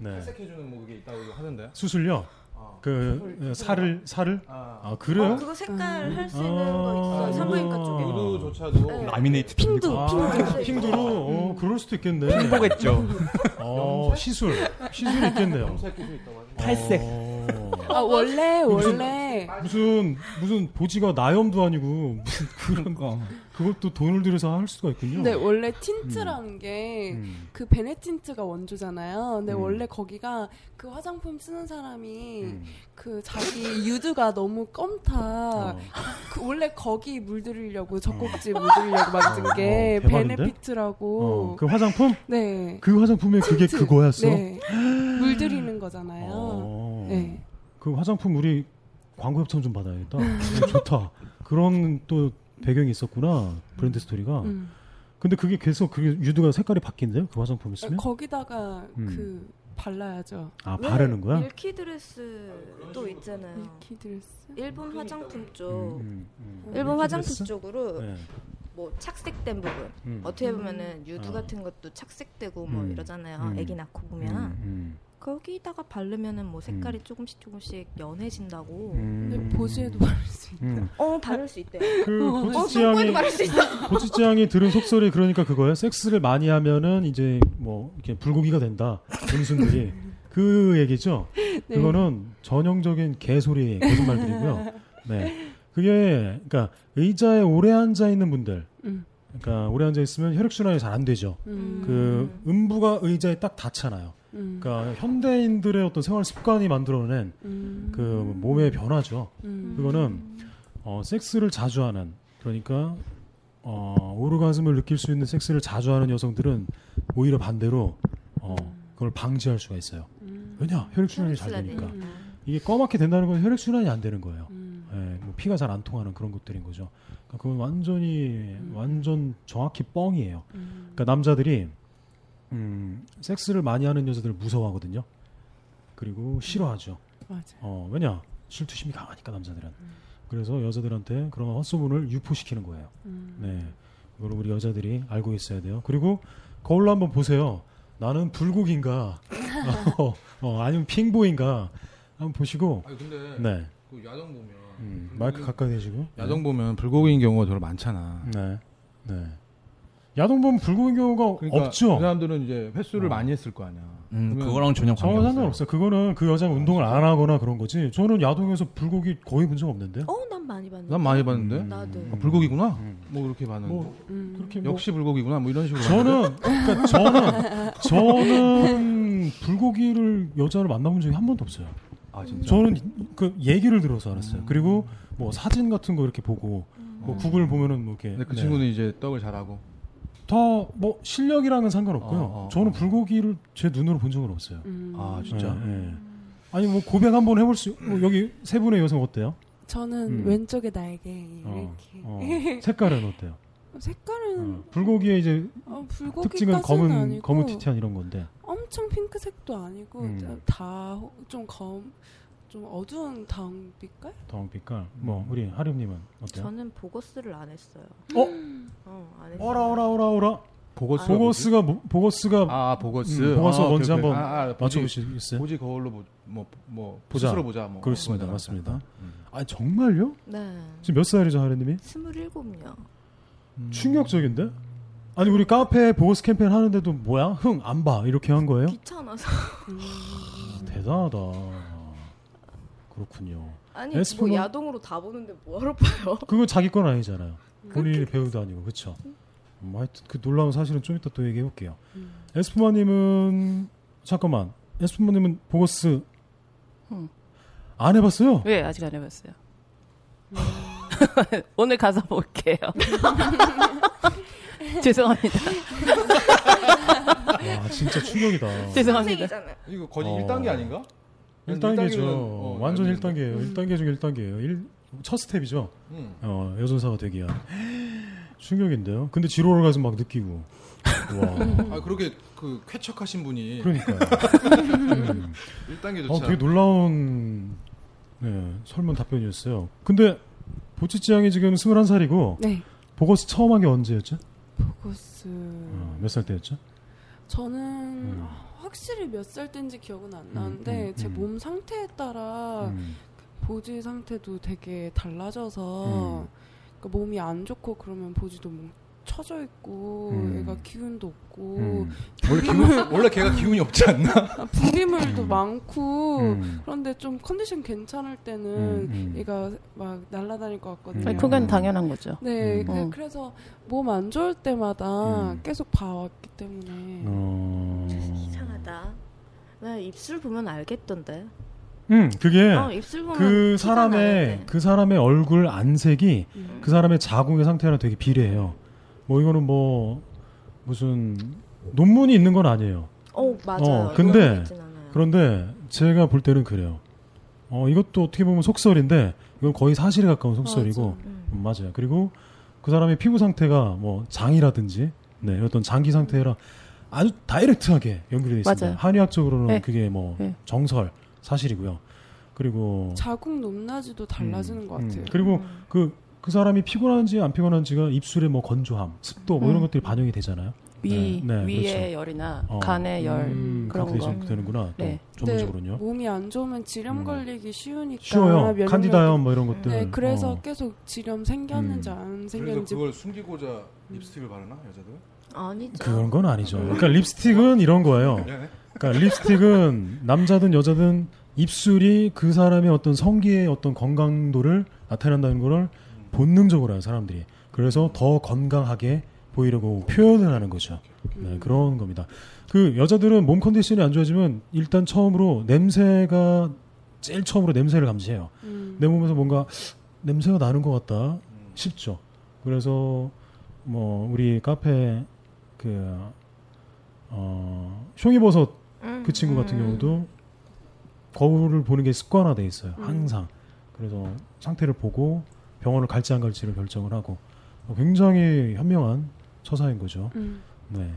Speaker 2: 네.
Speaker 3: 탈색해주는 뭐 그게 있다고 하던데.
Speaker 2: 수술요? 그 어, 살을 살을 아, 그래요? 아.
Speaker 4: 어, 그거 색깔
Speaker 12: 음.
Speaker 4: 할 수 있는 거
Speaker 12: 아.
Speaker 4: 있어요. 산부인과 쪽에.
Speaker 3: 의료조차도
Speaker 4: 네.
Speaker 8: 라미네이트
Speaker 11: 어,
Speaker 2: 아.
Speaker 4: 핀도, 핀도.
Speaker 2: 핀도로 어, 그럴 수도 있겠네.
Speaker 8: 핀보겠죠.
Speaker 2: 어, 시술 시술 있겠네요.
Speaker 8: 탈색.
Speaker 2: 어.
Speaker 11: 아, 원래
Speaker 2: 무슨-
Speaker 11: 원래
Speaker 2: 무슨 무슨 보지가 나염도 아니고 무슨 그런 거 그것도 돈을 들여서 할 수가 있군요.
Speaker 11: 근데 원래
Speaker 2: 음.
Speaker 11: 틴트라는 게 그 베네틴트가 원조잖아요. 근데
Speaker 2: 음.
Speaker 11: 원래 거기가 그 화장품 쓰는 사람이 그 자기 유두가 너무 검타.
Speaker 2: 어.
Speaker 11: 그 원래 거기 물들이려고 젖꼭지 물들이려고 만든
Speaker 2: 음. 어,
Speaker 11: 게
Speaker 2: 대박인데?
Speaker 11: 베네피트라고.
Speaker 2: 어, 그 화장품?
Speaker 11: 네.
Speaker 2: 그 화장품에 그게
Speaker 11: 틴트.
Speaker 2: 그거였어?
Speaker 11: 네. 물들이는 거잖아요.
Speaker 2: 어.
Speaker 11: 네.
Speaker 2: 그 화장품 우리 광고 협찬 좀 받아야겠다.
Speaker 12: 음.
Speaker 2: 어, 좋다. 그런 또 배경이 있었구나 브랜드 스토리가.
Speaker 11: 음.
Speaker 2: 근데 그게 계속 그게 유두가 색깔이 바뀐대요. 그 화장품 있으면.
Speaker 12: 네,
Speaker 11: 거기다가
Speaker 2: 음.
Speaker 11: 그 발라야죠.
Speaker 2: 아, 바르는 거야?
Speaker 12: 네. 밀키드레스도 있잖아요.
Speaker 10: 어.
Speaker 11: 밀키드레스?
Speaker 12: 일본 화장품 쪽.
Speaker 2: 음, 음, 음.
Speaker 12: 일본 화장품
Speaker 2: 밀키드레스?
Speaker 12: 쪽으로
Speaker 2: 네.
Speaker 12: 뭐 착색된 부분.
Speaker 2: 음.
Speaker 12: 어떻게 보면은 유두
Speaker 2: 어.
Speaker 12: 같은 것도 착색되고 뭐
Speaker 2: 음.
Speaker 12: 이러잖아요.
Speaker 2: 음.
Speaker 12: 아기 낳고 보면.
Speaker 2: 음,
Speaker 12: 거기다가 바르면은 뭐 색깔이 조금씩 조금씩 연해진다고.
Speaker 2: 음. 근데
Speaker 11: 보지에도 바를 수 있다.
Speaker 2: 음.
Speaker 12: 어, 바를 수 있대.
Speaker 2: 그
Speaker 12: 어,
Speaker 2: 고지지향이
Speaker 12: 손목에도 바를 수 있어.
Speaker 2: 고지지향이 들은 속설이 그러니까 그거예요. 섹스를 많이 하면은 이제 뭐 이렇게 불고기가 된다. 음순들이 그 얘기죠.
Speaker 11: 네.
Speaker 2: 그거는 전형적인 개소리 거짓말들이고요. 네, 그게 그러니까 의자에 오래 앉아 있는 분들,
Speaker 11: 음.
Speaker 2: 그러니까 오래 앉아 있으면 혈액 순환이 잘 안 되죠.
Speaker 11: 음.
Speaker 2: 그 음부가 의자에 딱 닿잖아요.
Speaker 11: 음.
Speaker 2: 그러니까 현대인들의 어떤 생활 습관이 만들어낸
Speaker 11: 음.
Speaker 2: 그 몸의 변화죠.
Speaker 11: 음.
Speaker 2: 그거는 어, 섹스를 자주 하는 그러니까 어, 오르가즘을 느낄 수 있는 섹스를 자주 하는 여성들은 오히려 반대로 어, 그걸 방지할 수가 있어요. 왜냐 음. 혈액 순환이 잘 되니까
Speaker 12: 음.
Speaker 2: 이게 꺼맣게 된다는 건 혈액 순환이 안 되는 거예요. 예, 뭐 피가 잘 안 통하는 그런 것들인 거죠. 그러니까 그건 완전히
Speaker 11: 음.
Speaker 2: 완전 정확히 뻥이에요. 그러니까 남자들이 음, 섹스를 많이 하는 여자들을 무서워하거든요. 그리고 싫어하죠.
Speaker 11: 음. 맞아.
Speaker 2: 어, 왜냐? 질투심이 강하니까 남자들은.
Speaker 11: 음.
Speaker 2: 그래서 여자들한테 그런 헛소문을 유포시키는 거예요.
Speaker 11: 음.
Speaker 2: 네. 이걸 우리 여자들이 알고 있어야 돼요. 그리고 거울로 한번 보세요. 나는 불고기인가? 어, 어, 아니면 핑보인가? 한번 보시고.
Speaker 3: 아니, 근데
Speaker 2: 네.
Speaker 3: 그 야동 보면
Speaker 2: 음, 마이크 가까이 대시고.
Speaker 3: 야동 보면 불고기인 경우가 별로 많잖아.
Speaker 2: 네. 네. 야동 보면 불고기인 경우가
Speaker 3: 그러니까
Speaker 2: 없죠. 어.
Speaker 3: 그 사람들은 이제 횟수를 많이 했을 거 아니야.
Speaker 8: 음,
Speaker 3: 그러면
Speaker 8: 그거랑 전혀
Speaker 2: 전혀
Speaker 8: 관계없어요.
Speaker 2: 상관없어요. 그거는 그 여자가 운동을 안 하거나 그런 거지. 저는 야동에서 불고기 거의 본 적 없는데.
Speaker 12: 어, 난 많이 봤는데.
Speaker 3: 난 많이 봤는데.
Speaker 12: 나도.
Speaker 3: 아, 불고기구나. 뭐 그렇게 봤는데.
Speaker 2: 그렇게 음. 뭐-
Speaker 3: 역시 불고기구나. 뭐 이런 식으로.
Speaker 2: 저는
Speaker 3: 봤는데.
Speaker 2: 그러니까 저는 저는 불고기를 여자를 만나본 적이 한 번도 없어요.
Speaker 3: 아, 진짜?
Speaker 2: 저는 그 얘기를 들어서 알았어요. 그리고 뭐 사진 같은 거 이렇게 보고 뭐 구글 보면은 뭐 이렇게
Speaker 3: 근데 그
Speaker 2: 네.
Speaker 3: 친구는 이제 떡을 잘하고.
Speaker 2: 다 뭐 실력이랑은 상관없고요.
Speaker 3: 어, 어,
Speaker 2: 저는 불고기를 제 눈으로 본 적은
Speaker 11: 음.
Speaker 2: 없어요.
Speaker 3: 아 진짜.
Speaker 2: 예, 예. 아니 뭐 고백 한번 해볼 수 뭐 여기 세 분의 여성 어때요?
Speaker 11: 저는
Speaker 2: 음.
Speaker 11: 왼쪽의 날개
Speaker 2: 어,
Speaker 11: 이렇게.
Speaker 2: 어. 색깔은 어때요?
Speaker 11: 색깔은
Speaker 2: 불고기의 이제
Speaker 11: 어, 음. 불고기까지는
Speaker 2: 특징은 검은
Speaker 11: 아니고
Speaker 2: 검은 티티안 이런 건데
Speaker 11: 엄청 핑크색도 아니고
Speaker 2: 음.
Speaker 11: 다좀검좀 어두운 다홍빛깔?
Speaker 2: 다홍빛깔. 뭐
Speaker 3: 음.
Speaker 2: 우리 하림님은 어때요?
Speaker 12: 저는 보고스를 안 했어요.
Speaker 2: 어?
Speaker 12: 안 했어요.
Speaker 2: 어라 어라 어라 어라.
Speaker 11: 아,
Speaker 3: 보고스가
Speaker 2: 보고스가 뭐- 보고스가
Speaker 3: 아 보거스
Speaker 2: 음, 보고스
Speaker 3: 아,
Speaker 2: 뭔지
Speaker 3: 오케이, 오케이.
Speaker 2: 한번
Speaker 3: 아, 아, 보지-
Speaker 2: 맞춰보시겠어요?
Speaker 3: 보지 거울로 보- 뭐, 뭐
Speaker 2: 보자.
Speaker 3: 스스로 보자 뭐
Speaker 2: 그렇습니다.
Speaker 3: 뭐
Speaker 2: 맞습니다. 아 정말요?
Speaker 12: 네.
Speaker 2: 지금 몇 살이죠, 하림님이?
Speaker 12: 27요.
Speaker 3: 음.
Speaker 2: 충격적인데? 아니 우리 카페 보고스 캠페인 하는데도 뭐야? 흥 안 봐. 이렇게 한 거예요?
Speaker 12: 귀찮아서.
Speaker 2: 아, 대단하다. 그렇군요.
Speaker 12: 아니
Speaker 2: 에스쁘만-
Speaker 12: 뭐 야동으로 다 보는데 뭐하러 봐요?
Speaker 2: 그거 자기 건 아니잖아요. 본인이 배우도 아니고 그렇죠. 하여튼 그 놀라운 사실은 좀 이따 또 얘기해 볼게요. 에스프마님은 잠깐만 에스프마님은 보고스
Speaker 6: 음.
Speaker 2: 안 해봤어요?
Speaker 6: 왜 아직 안 해봤어요?
Speaker 2: 음.
Speaker 6: 오늘 가서 볼게요. 죄송합니다.
Speaker 2: 와 아, 진짜 충격이다.
Speaker 6: 죄송합니다.
Speaker 3: 이거 거의
Speaker 2: 어.
Speaker 3: 1단계 아닌가?
Speaker 2: 1단계죠.
Speaker 3: 일단계는, 어,
Speaker 2: 완전 1단계예요. 1단계 중 1단계예요. 일, 첫 스텝이죠.
Speaker 3: 음.
Speaker 2: 어, 여전사가 되기야. 충격인데요. 근데 지로를 가서 막 느끼고. 와.
Speaker 3: 아 그렇게 그 쾌척하신 분이
Speaker 2: 그러니까요. 음.
Speaker 3: 1단계조차
Speaker 2: 어, 되게 놀라운 네, 설문 답변이었어요. 근데 보치치 양이 지금 21살이고
Speaker 11: 네.
Speaker 2: 보고스 처음 한 게 언제였죠? 어,
Speaker 11: 보거스.
Speaker 2: 몇 살 때였죠?
Speaker 11: 저는 확실히 몇 살 때인지 기억은 안
Speaker 2: 음,
Speaker 11: 나는데
Speaker 2: 음,
Speaker 11: 제
Speaker 2: 음.
Speaker 11: 몸 상태에 따라 보지 상태도 되게 달라져서
Speaker 2: 음.
Speaker 11: 그러니까 몸이 안 좋고 그러면 보지도 뭐 처져 있고
Speaker 3: 음.
Speaker 11: 얘가 기운도 없고
Speaker 3: 음. 원래 기운- 원래 걔가 기운이 없지 않나?
Speaker 11: 아, 분비물도
Speaker 2: 음.
Speaker 11: 많고
Speaker 3: 음.
Speaker 11: 그런데 좀 컨디션 괜찮을 때는
Speaker 6: 음, 음.
Speaker 11: 얘가 막 날아다닐 것 같거든요.
Speaker 2: 음.
Speaker 6: 아니, 그건 당연한 거죠.
Speaker 11: 네,
Speaker 6: 음.
Speaker 11: 그,
Speaker 6: 어.
Speaker 11: 래서 몸 안 좋을 때마다
Speaker 2: 음.
Speaker 11: 계속 봐왔기 때문에
Speaker 2: 어.
Speaker 12: 이상하다. 나 입술 보면 알겠던데.
Speaker 2: 음, 그게
Speaker 12: 어, 입술 보면
Speaker 2: 그
Speaker 12: 티가
Speaker 2: 사람의
Speaker 12: 나는데.
Speaker 2: 그 사람의 얼굴 안색이 그 사람의 자궁의 상태랑 되게 비례해요. 뭐 이거는 뭐 무슨 논문이 있는 건 아니에요.
Speaker 12: 어 맞아요.
Speaker 2: 어, 근데 그런데 제가 볼 때는 그래요. 어, 이것도 어떻게 보면 속설인데 이건 거의 사실에 가까운 속설이고
Speaker 6: 네.
Speaker 12: 맞아.
Speaker 2: 음, 맞아요. 그리고 그 사람의 피부 상태가 뭐 장이라든지 네, 어떤 장기 상태랑 아주 다이렉트하게 연결되어 있습니다.
Speaker 6: 맞아요.
Speaker 2: 한의학적으로는
Speaker 6: 네.
Speaker 2: 그게 뭐
Speaker 6: 네.
Speaker 2: 정설 사실이고요. 그리고
Speaker 11: 자궁 높낮이도 달라지는 것 같아요.
Speaker 2: 음, 그리고 그 그 사람이 피곤한지 안 피곤한지가 입술의 뭐 건조함, 습도 뭐 이런
Speaker 6: 음.
Speaker 2: 것들이 반영이 되잖아요.
Speaker 6: 위
Speaker 2: 네, 네,
Speaker 6: 위의
Speaker 2: 그렇죠.
Speaker 6: 열이나
Speaker 2: 어,
Speaker 6: 간의 열
Speaker 2: 음,
Speaker 6: 그런
Speaker 2: 그렇게
Speaker 6: 거.
Speaker 2: 되시- 되는구나. 또
Speaker 6: 네.
Speaker 2: 전문적으로는요. 음.
Speaker 11: 몸이 안 좋으면 지렴 걸리기 쉬우니까
Speaker 2: 쉬워요.
Speaker 11: 면역력이-
Speaker 2: 칸디다염 뭐 이런 것들.
Speaker 11: 아, 네, 그래서
Speaker 2: 어. 음.
Speaker 11: 계속 지렴 생겼는지 안
Speaker 3: 그래서
Speaker 11: 생겼는지
Speaker 3: 그걸 숨기고자 립스틱을 바르나 여자들?
Speaker 12: 아니죠.
Speaker 2: 그런 건
Speaker 11: 네.
Speaker 2: 아니죠. 그러니까 립스틱은 이런 거예요. 그러니까 립스틱은 남자든 여자든 입술이 그 사람의 어떤 성기의 어떤 건강도를 나타낸다는 거를 본능적으로 해요, 사람들이. 그래서 더 건강하게 보이려고 표현을 하는 거죠. 네, 그런 겁니다. 그 여자들은 몸 컨디션이 안 좋아지면 일단 처음으로 냄새가 제일 처음으로 냄새를 감지해요. 내 몸에서 뭔가 냄새가 나는 것 같다 싶죠. 그래서 뭐 우리 카페 그 어, 쇼이버섯
Speaker 3: 음,
Speaker 2: 그 친구 같은
Speaker 3: 음.
Speaker 2: 경우도 거울을 보는 게 습관화돼 있어요.
Speaker 3: 음.
Speaker 2: 항상. 그래서 상태를 보고 병원을 갈지 안 갈지를 결정을 하고 어, 굉장히 현명한 처사인 거죠.
Speaker 11: 음.
Speaker 2: 네.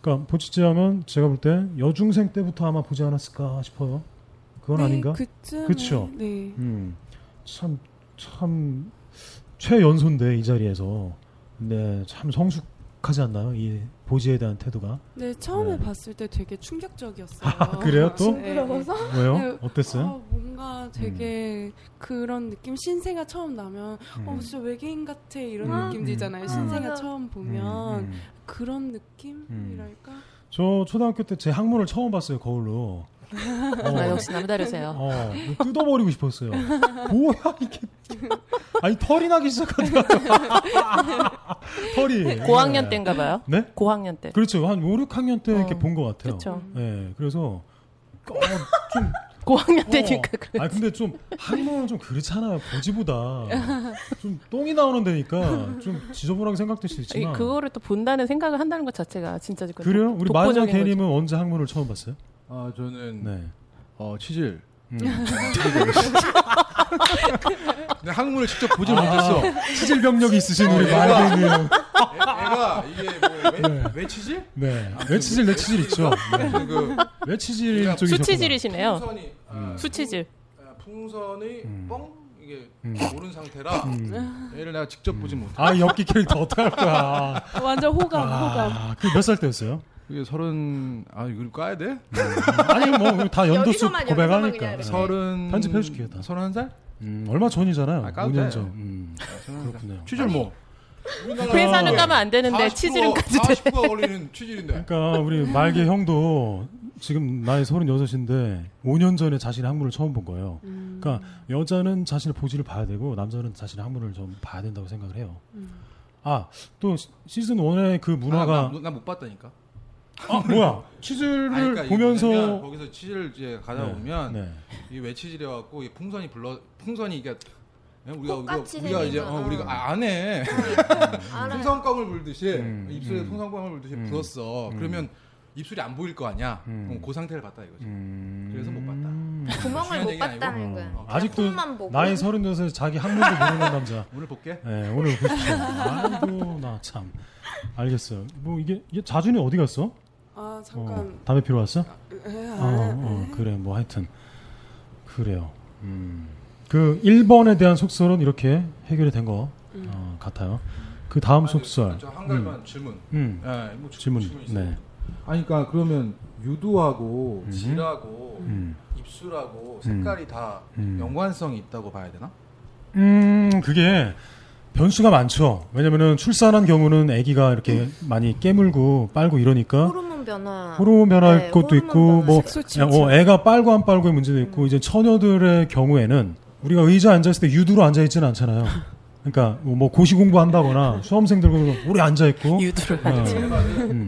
Speaker 2: 그러니까 보치지하면 제가 볼 때 여중생 때부터 아마 보지 않았을까 싶어요. 그건
Speaker 11: 네,
Speaker 2: 아닌가?
Speaker 11: 그쯤에,
Speaker 2: 그쵸?
Speaker 11: 네.
Speaker 2: 음. 참, 참, 최연소인데, 이 자리에서. 네, 참 성숙하지 않나요? 이 보지에 대한 태도가.
Speaker 11: 네, 처음에 봤을 때 되게 충격적이었어요.
Speaker 2: 아, 그래요? 또?
Speaker 11: 네.
Speaker 2: 왜요?
Speaker 11: 네,
Speaker 2: 어땠어요? 음.
Speaker 11: 아, 뭔가 되게 그런 느낌 신세가 처음 나면 어 진짜 외계인 같아 이런
Speaker 2: 음, 음,
Speaker 11: 느낌이잖아요.
Speaker 2: 음.
Speaker 11: 신세가
Speaker 2: 맞아.
Speaker 11: 처음 보면
Speaker 2: 음, 음.
Speaker 11: 그런 느낌이랄까.
Speaker 2: 저 초등학교 때 제 항문을 처음 봤어요, 거울로.
Speaker 6: 아, 역시 남다르세요.
Speaker 2: 어, 뜯어버리고 싶었어요. 뭐야, 이게. 아니, 털이 나기 시작하더라고요. 털이.
Speaker 6: 고학년
Speaker 2: 네.
Speaker 6: 때인가 봐요.
Speaker 2: 네?
Speaker 6: 고학년 때.
Speaker 2: 그렇죠. 한 5, 6학년 때 이렇게 본 것 같아요.
Speaker 6: 그쵸. 네,
Speaker 2: 네, 그래서
Speaker 6: 고학년 때니까
Speaker 2: 그아 근데 좀 항문은 좀 그렇잖아요. 보지보다 좀 똥이 나오는 데니까 좀 지저분하게 생각될 수
Speaker 6: 아니,
Speaker 2: 있지만.
Speaker 6: 그거를 또 본다는 생각을 한다는 것 자체가 진짜 그
Speaker 2: 그래요? 우리 마녀
Speaker 6: 독보적인
Speaker 2: 개님은 언제 항문을 네. 처음 봤어요?
Speaker 3: 아 저는
Speaker 2: 네.
Speaker 3: 어 치질. 근데 한국문을 직접 보질
Speaker 2: 아,
Speaker 3: 못했어.
Speaker 2: 치질 병력이 있으신
Speaker 3: 어,
Speaker 2: 우리
Speaker 3: 얘가-
Speaker 2: 말대님.
Speaker 3: 애- 애가 이게 뭐
Speaker 2: 네.
Speaker 3: 왜, 왜 치질?
Speaker 2: 네. 외치질, 내치질 있죠. 네.
Speaker 3: 그-
Speaker 2: 외치질 쪽이셨구나.
Speaker 6: 수치질이시네요.
Speaker 3: 풍선이, 아,
Speaker 2: 음.
Speaker 6: 수치질.
Speaker 3: 풍선이 뻥 이게
Speaker 2: 음.
Speaker 3: 오른 상태라
Speaker 2: 음.
Speaker 3: 얘를 내가 직접 보진 못해.
Speaker 2: 아, 엽기 캐릭터 어떡할 거야.
Speaker 11: 완전 호감,
Speaker 3: 그러니까
Speaker 2: 아, 그 몇 살 때였어요?
Speaker 3: 이게 서른 아 이걸 까야 돼?
Speaker 2: 아니, 뭐, 다 연도수
Speaker 3: 여기서만, 여기서만 그냥
Speaker 2: 고백하니까.
Speaker 3: 이렇게. 서른-
Speaker 2: 네. 편집해줄게요, 다.
Speaker 3: 서른한 살?
Speaker 2: 음, 얼마 전이잖아요.
Speaker 3: 까도
Speaker 2: 5년
Speaker 3: 돼.
Speaker 2: 전. 음. 그렇군요.
Speaker 3: 취질 뭐?
Speaker 2: 아.
Speaker 6: 회사는 까면 안 되는데
Speaker 3: 49가
Speaker 6: 치질은까지
Speaker 3: 49가 걸리는 취질인데.
Speaker 2: 그러니까 우리 말개 형도 지금 나이 36인데 5년 전에 자신의 항문을 처음 본 거예요. 그러니까 여자는 자신의 보지를 봐야 되고 남자는 자신의 항문을 좀 봐야 된다고 생각을 해요.
Speaker 3: 음.
Speaker 2: 아, 또 시- 시즌 1의 그 문화가
Speaker 3: 아, 나못 봤다니까.
Speaker 2: 아, 뭐야? 치즈를
Speaker 3: 아니, 그러니까 이게
Speaker 2: 보면서-
Speaker 3: 뭐냐면 거기서 치즈를 이제 가다
Speaker 2: 네,
Speaker 3: 보면
Speaker 2: 네.
Speaker 3: 이 외치질해 갖고 이 풍선이 불러 풍선이 이게 우리가 우리가,
Speaker 13: 꽃같이
Speaker 3: 우리가 이제
Speaker 13: 생긴
Speaker 3: 어,
Speaker 13: 거.
Speaker 2: 음.
Speaker 3: 우리가 아, 안 해.
Speaker 10: 음.
Speaker 13: 알아요.
Speaker 3: 풍선껌을 불듯이 입술에
Speaker 2: 음.
Speaker 3: 풍선껌을 불듯이
Speaker 2: 음.
Speaker 3: 불었어.
Speaker 2: 음.
Speaker 3: 그러면 입술이 안 보일 거 아니야. 그럼 그 상태를 봤다 이거지. 그래서 못 봤다.
Speaker 10: 구멍을
Speaker 3: 중요한
Speaker 10: 못
Speaker 3: 얘기는 아니고.
Speaker 10: 봤다는 거야. 그냥
Speaker 2: 음. 어. 아직도
Speaker 10: 콩만 보고.
Speaker 2: 네. 나이 36에 자기 항문도 모르는 남자.
Speaker 3: 오늘 볼게.
Speaker 2: 네, 오늘 보십시오. 아이고, 나 참. 알겠어요. 뭐 이게, 이게 자준이 어디 갔어?
Speaker 11: 아 잠깐.
Speaker 2: 어, 담배 피러 왔어?
Speaker 11: 에,
Speaker 2: 어,
Speaker 11: 아,
Speaker 2: 어, 그래 뭐 하여튼 그래요. 음. 그 1번에 대한 속설은 이렇게 해결이 된 거
Speaker 11: 음.
Speaker 2: 어, 같아요. 그 다음 속설.
Speaker 3: 저 한글만 질문.
Speaker 2: 음.
Speaker 3: 예, 뭐
Speaker 2: 질문.
Speaker 3: 질문 있어요.
Speaker 2: 네.
Speaker 3: 아니 그러니까 그러면 유두하고 질하고
Speaker 2: 음.
Speaker 3: 입술하고 색깔이 다
Speaker 2: 음.
Speaker 3: 연관성이 있다고 봐야 되나?
Speaker 2: 음, 그게 변수가 많죠. 왜냐면은 출산한 경우는 아기가 이렇게
Speaker 10: 음.
Speaker 2: 많이 깨물고 빨고 이러니까
Speaker 10: 호르몬 변화.
Speaker 2: 어? 호르몬 변화일
Speaker 10: 네,
Speaker 2: 것도
Speaker 10: 호르몬
Speaker 2: 있고
Speaker 10: 변화.
Speaker 2: 뭐
Speaker 10: 색소
Speaker 2: 야,
Speaker 10: 침체.
Speaker 2: 어, 애가 빨고 안 빨고의 문제도
Speaker 10: 음.
Speaker 2: 있고 이제 처녀들의 경우에는 우리가 의자 앉아 있을 때 유두로 앉아 있지는 않잖아요. 그러니까 뭐, 뭐 고시 공부한다거나 수험생들 보면 오래 앉아 있고 유두로